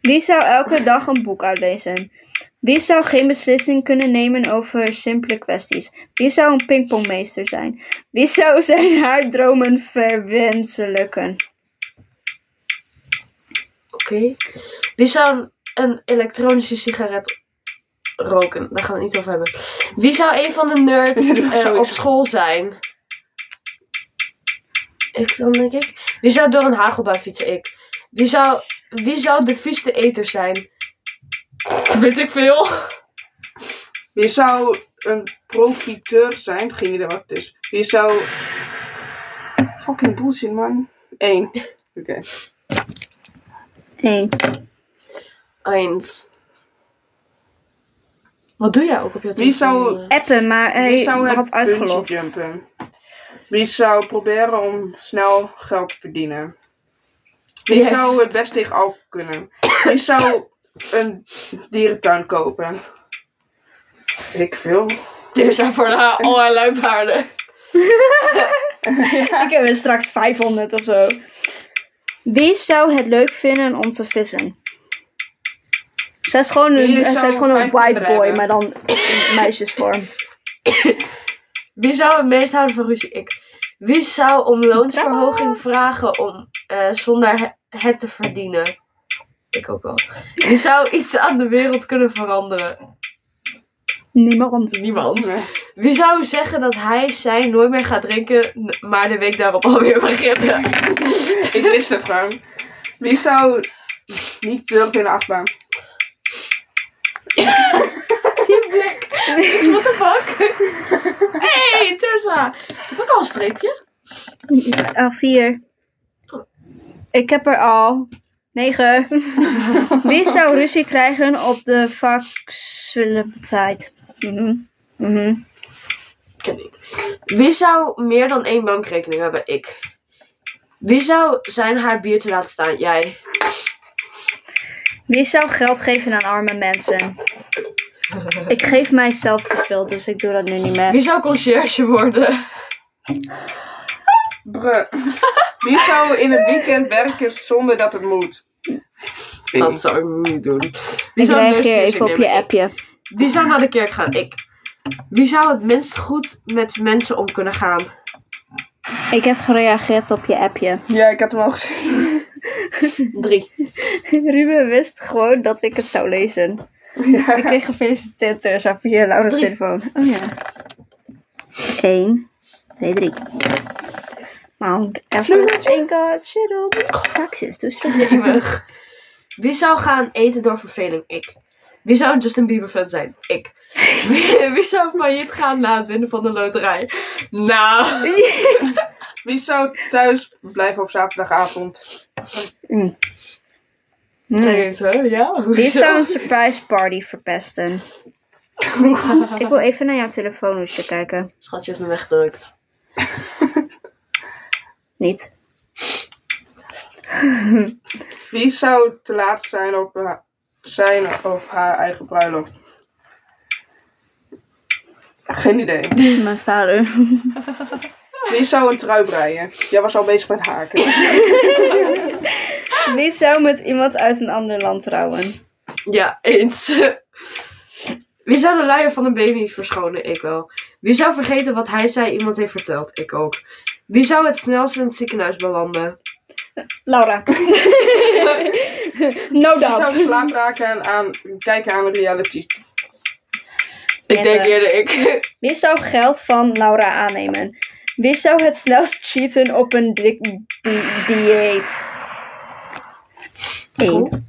Speaker 1: Wie zou elke dag een boek uitlezen? Wie zou geen beslissing kunnen nemen over simpele kwesties? Wie zou een pingpongmeester zijn? Wie zou zijn haar dromen verwenselijken?
Speaker 3: Oké. Wie zou een, een elektronische sigaret roken? Daar gaan we het niet over hebben. Wie zou een van de nerds eh, op school zijn? Ik dan denk ik. Wie zou door een hagelbui fietsen? Ik. Wie zou, wie zou de vieste eter zijn? Weet ik veel.
Speaker 2: Wie zou een profiteur zijn? Geen idee wat het is. Wie zou... Fucking bullshit, man. Eén. Oké.
Speaker 1: Nee.
Speaker 3: Eens. Wat doe jij ook op je
Speaker 2: Wie zou-
Speaker 3: telefoon?
Speaker 1: Appen, maar eh,
Speaker 2: Wie
Speaker 1: hij
Speaker 2: zou
Speaker 1: had uitgelogd.
Speaker 2: bungee jumpen? Wie zou proberen om snel geld te verdienen? Wie
Speaker 3: Ja.
Speaker 2: zou het best tegen alcohol kunnen? Wie zou een dierentuin kopen? Ik veel.
Speaker 3: Dit zijn voor de ha- al haar luipaarden.
Speaker 1: Ik heb er straks 500 of zo. Wie zou het leuk vinden om te vissen? Zij is gewoon
Speaker 2: Wie
Speaker 1: een,
Speaker 2: zou
Speaker 1: zij is gewoon een
Speaker 2: vijf
Speaker 1: white
Speaker 2: kinderen
Speaker 1: boy,
Speaker 2: hebben?
Speaker 1: maar dan in meisjesvorm.
Speaker 3: Wie zou het meest houden van ruzie? Ik. Wie zou om loonsverhoging vragen om eh, zonder he- het te verdienen? Ik ook wel. Wie zou iets aan de wereld kunnen veranderen?
Speaker 1: Niemand.
Speaker 3: Niemand. Wie zou zeggen dat hij zijn nooit meer gaat drinken, n- maar de week daarop alweer beginnen?
Speaker 2: Ik wist het gewoon. Wie zou niet durven in de achtbaan?
Speaker 3: What the fuck? hey, Turza! Heb ik al een streepje?
Speaker 1: A4. Ik heb er al. 9. Wie zou ruzie krijgen op de vaccinatie? Mhm. Mhm.
Speaker 3: Ik ken niet. Wie zou meer dan één bankrekening hebben? Ik. Wie zou zijn haar biertje laten staan? Jij.
Speaker 1: Wie zou geld geven aan arme mensen? Ik geef mijzelf te veel, dus ik doe dat nu niet meer.
Speaker 3: Wie zou conciërge worden?
Speaker 2: Bruh. Wie zou in het weekend werken zonder dat het moet?
Speaker 3: Dat zou ik niet doen. Wie
Speaker 1: Ik
Speaker 3: zou het
Speaker 1: reageer
Speaker 3: meest
Speaker 1: even op
Speaker 3: plezier
Speaker 1: je
Speaker 3: nemen? Ik.
Speaker 1: appje.
Speaker 3: Wie zou naar de kerk gaan? Ik. Wie zou het minst goed met mensen om kunnen gaan?
Speaker 1: Ik heb gereageerd op je appje.
Speaker 2: Ja, ik had hem al gezien.
Speaker 3: Drie.
Speaker 1: Ruben wist gewoon dat ik het zou lezen. Ik kreeg gefeliciteerd Teresa via Laura's telefoon. Oh ja. 1, 2, 3. Mount Everest. Ain't got shit on me. Taxis, dus dat is-
Speaker 3: Jemig. Wie zou gaan eten door verveling? Ik. Wie zou een Justin Bieber fan zijn? Ik. Wie, wie zou failliet gaan na het winnen van de loterij? Nou.
Speaker 2: Wie zou thuis blijven op zaterdagavond?
Speaker 1: Mm. Mm.
Speaker 3: Serieus, hè? Ja?
Speaker 1: Wie
Speaker 3: Hoezo?
Speaker 1: zou een surprise party verpesten? ik wil even naar jouw telefoonhoesje kijken.
Speaker 3: Schat, je hebt hem weggedrukt.
Speaker 1: Niet.
Speaker 2: Wie zou te laat zijn op haar, zijn of haar eigen bruiloft? Geen idee.
Speaker 1: Mijn vader.
Speaker 2: Wie zou een trui breien? Jij was al bezig met haken.
Speaker 1: Wie zou met iemand uit een ander land trouwen?
Speaker 3: Ja, eens. Wie zou de luier van een baby verschonen? Ik wel. Wie zou vergeten wat hij zei iemand heeft verteld? Ik ook. Wie zou het snelst in het ziekenhuis belanden?
Speaker 1: Laura. no
Speaker 2: Wie zou
Speaker 1: doubt.
Speaker 2: slaap raken en aan, kijken aan reality?
Speaker 3: Ik denk eerder ik.
Speaker 1: Wie zou geld van Laura aannemen? Wie zou het snelst cheaten op een di- di- dieet?
Speaker 3: Cool.
Speaker 1: Eén.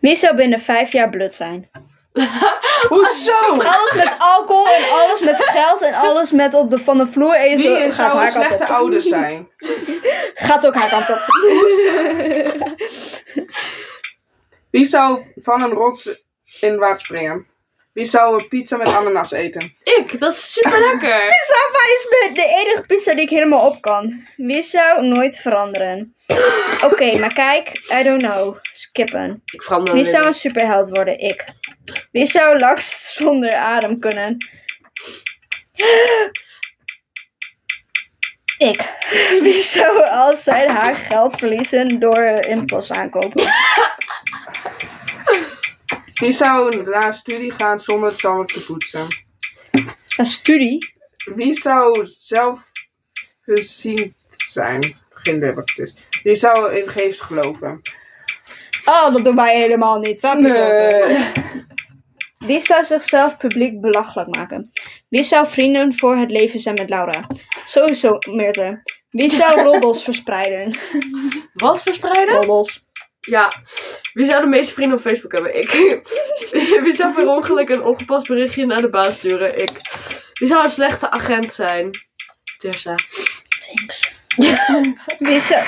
Speaker 1: Wie zou binnen vijf jaar blut zijn?
Speaker 2: Hoezo?
Speaker 1: Alles met alcohol en alles met geld en alles met op de, van de vloer eten
Speaker 2: Wie
Speaker 1: gaat
Speaker 2: zou een
Speaker 1: haar kant
Speaker 2: slechte
Speaker 1: op.
Speaker 2: ouder zijn?
Speaker 1: Gaat ook haar kant op.
Speaker 2: Wie zou van een rots in water springen? Wie zou een pizza met ananas eten?
Speaker 3: Ik, dat is super lekker.
Speaker 1: Samba is me- de enige pizza die ik helemaal op kan. Wie zou nooit veranderen? Oké, maar kijk, I don't know. Skippen.
Speaker 3: Ik verander
Speaker 1: Wie
Speaker 3: hem
Speaker 1: zou
Speaker 3: in.
Speaker 1: een superheld worden? Ik. Wie zou langs zonder adem kunnen? Ik. Wie zou al zijn haar geld verliezen door eh, impulse aankopen?
Speaker 2: Wie zou naar studie gaan zonder tanden te poetsen?
Speaker 1: Een studie?
Speaker 2: Wie zou zelfvoorzienend zijn? Geen idee wat het is. Wie zou in geest geloven?
Speaker 1: Oh, dat doen wij helemaal niet. Waar moet je over? Wie zou zichzelf publiek belachelijk maken? Wie zou vrienden voor het leven zijn met Laura? Sowieso Meerte. Wie zou roddels verspreiden?
Speaker 3: Wat verspreiden?
Speaker 1: Roddels.
Speaker 3: Ja. Wie zou de meeste vrienden op Facebook hebben? Ik. Wie zou per ongeluk een ongepast berichtje naar de baas sturen? Ik. Wie zou een slechte agent zijn? Tirsa.
Speaker 1: Thanks. Wie zou...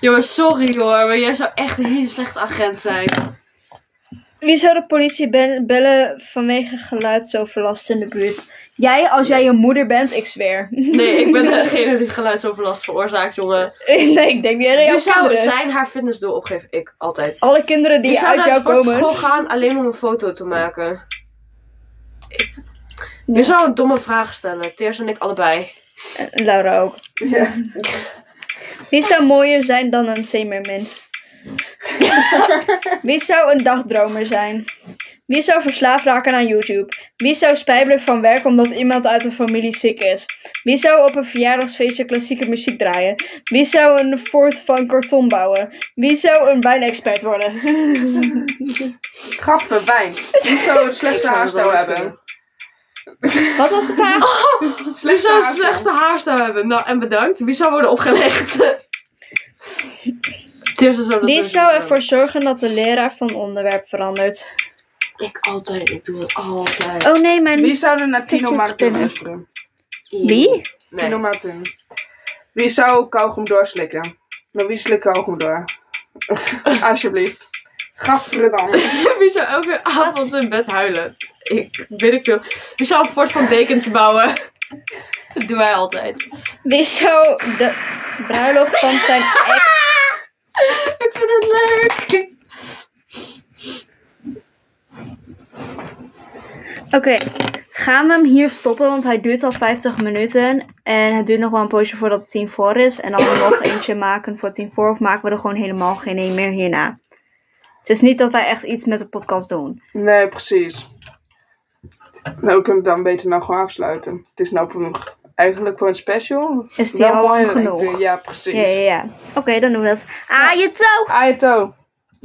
Speaker 3: Jongens, sorry hoor, maar jij zou echt een hele slechte agent zijn.
Speaker 1: Wie zou de politie be- bellen vanwege geluid zo verlast in de buurt? Jij, als jij je moeder bent, ik zweer.
Speaker 3: Nee, ik ben degene die geluidsoverlast veroorzaakt, jongen.
Speaker 1: nee, ik denk niet aan jouw
Speaker 3: Wie zou
Speaker 1: kinderen.
Speaker 3: zijn haar fitnessdoel opgeven? Ik, altijd.
Speaker 1: Alle kinderen die
Speaker 3: Wie zou
Speaker 1: uit
Speaker 3: naar
Speaker 1: jou
Speaker 3: de sportschool
Speaker 1: komen.
Speaker 3: gaan alleen om een foto te maken? Ik. Wie zou een domme vraag stellen? Teers en ik allebei.
Speaker 1: Eh, Laura ook. Wie zou mooier zijn dan een zeemermin? Wie zou een dagdromer zijn? Wie zou verslaafd raken aan YouTube? Wie zou spijbelen van werk omdat iemand uit de familie ziek is? Wie zou op een verjaardagsfeestje klassieke muziek draaien? Wie zou een fort van karton bouwen? Wie zou een wijnexpert worden?
Speaker 2: Grappen, wijn. Wie zou het slechtste
Speaker 3: zou het wel
Speaker 2: haarstijl
Speaker 3: leuk
Speaker 2: hebben?
Speaker 1: Wat was de vraag?
Speaker 3: Wie zou het
Speaker 2: haarstijl.
Speaker 3: slechtste haarstijl hebben? Nou, en bedankt. Wie zou worden opgelegd? Tirza zou dat
Speaker 1: Wie
Speaker 3: doen.
Speaker 1: zou ervoor zorgen dat de leraar van onderwerp verandert?
Speaker 3: Ik altijd. Ik doe het altijd.
Speaker 1: Oh nee, mijn...
Speaker 2: Wie zou er naar Tino
Speaker 1: Fidget
Speaker 2: Martin
Speaker 1: spinner.
Speaker 2: luisteren?
Speaker 1: Wie?
Speaker 3: Nee.
Speaker 2: Tino Martin. Wie zou kauwgom doorslikken? Maar wie slikt kauwgom door? Alsjeblieft. Gadverdamme.
Speaker 3: Wie zou elke avond in bed huilen? Ik weet ik veel. Wie zou een fort van dekens bouwen? Dat doen wij altijd.
Speaker 1: Wie zou de bruiloft van zijn ex...
Speaker 3: Ik vind het leuk.
Speaker 1: Oké, gaan we hem hier stoppen, want hij duurt al 50 minuten. En het duurt nog wel een poosje voordat het tien voor is. En dan nog eentje maken voor tien voor, of maken we er gewoon helemaal geen een meer hierna. Het is niet dat wij echt iets met de podcast doen.
Speaker 2: Nee, precies. Nou, we kunnen het dan beter nou gewoon afsluiten. Het is nou op een- eigenlijk voor een special.
Speaker 1: Is die
Speaker 2: Wel
Speaker 1: al lang
Speaker 2: belangrijk,
Speaker 1: genoeg?
Speaker 2: Ja, precies.
Speaker 1: Ja, ja, ja. Oké, dan doen we dat. Ah, je touw!
Speaker 2: Aito.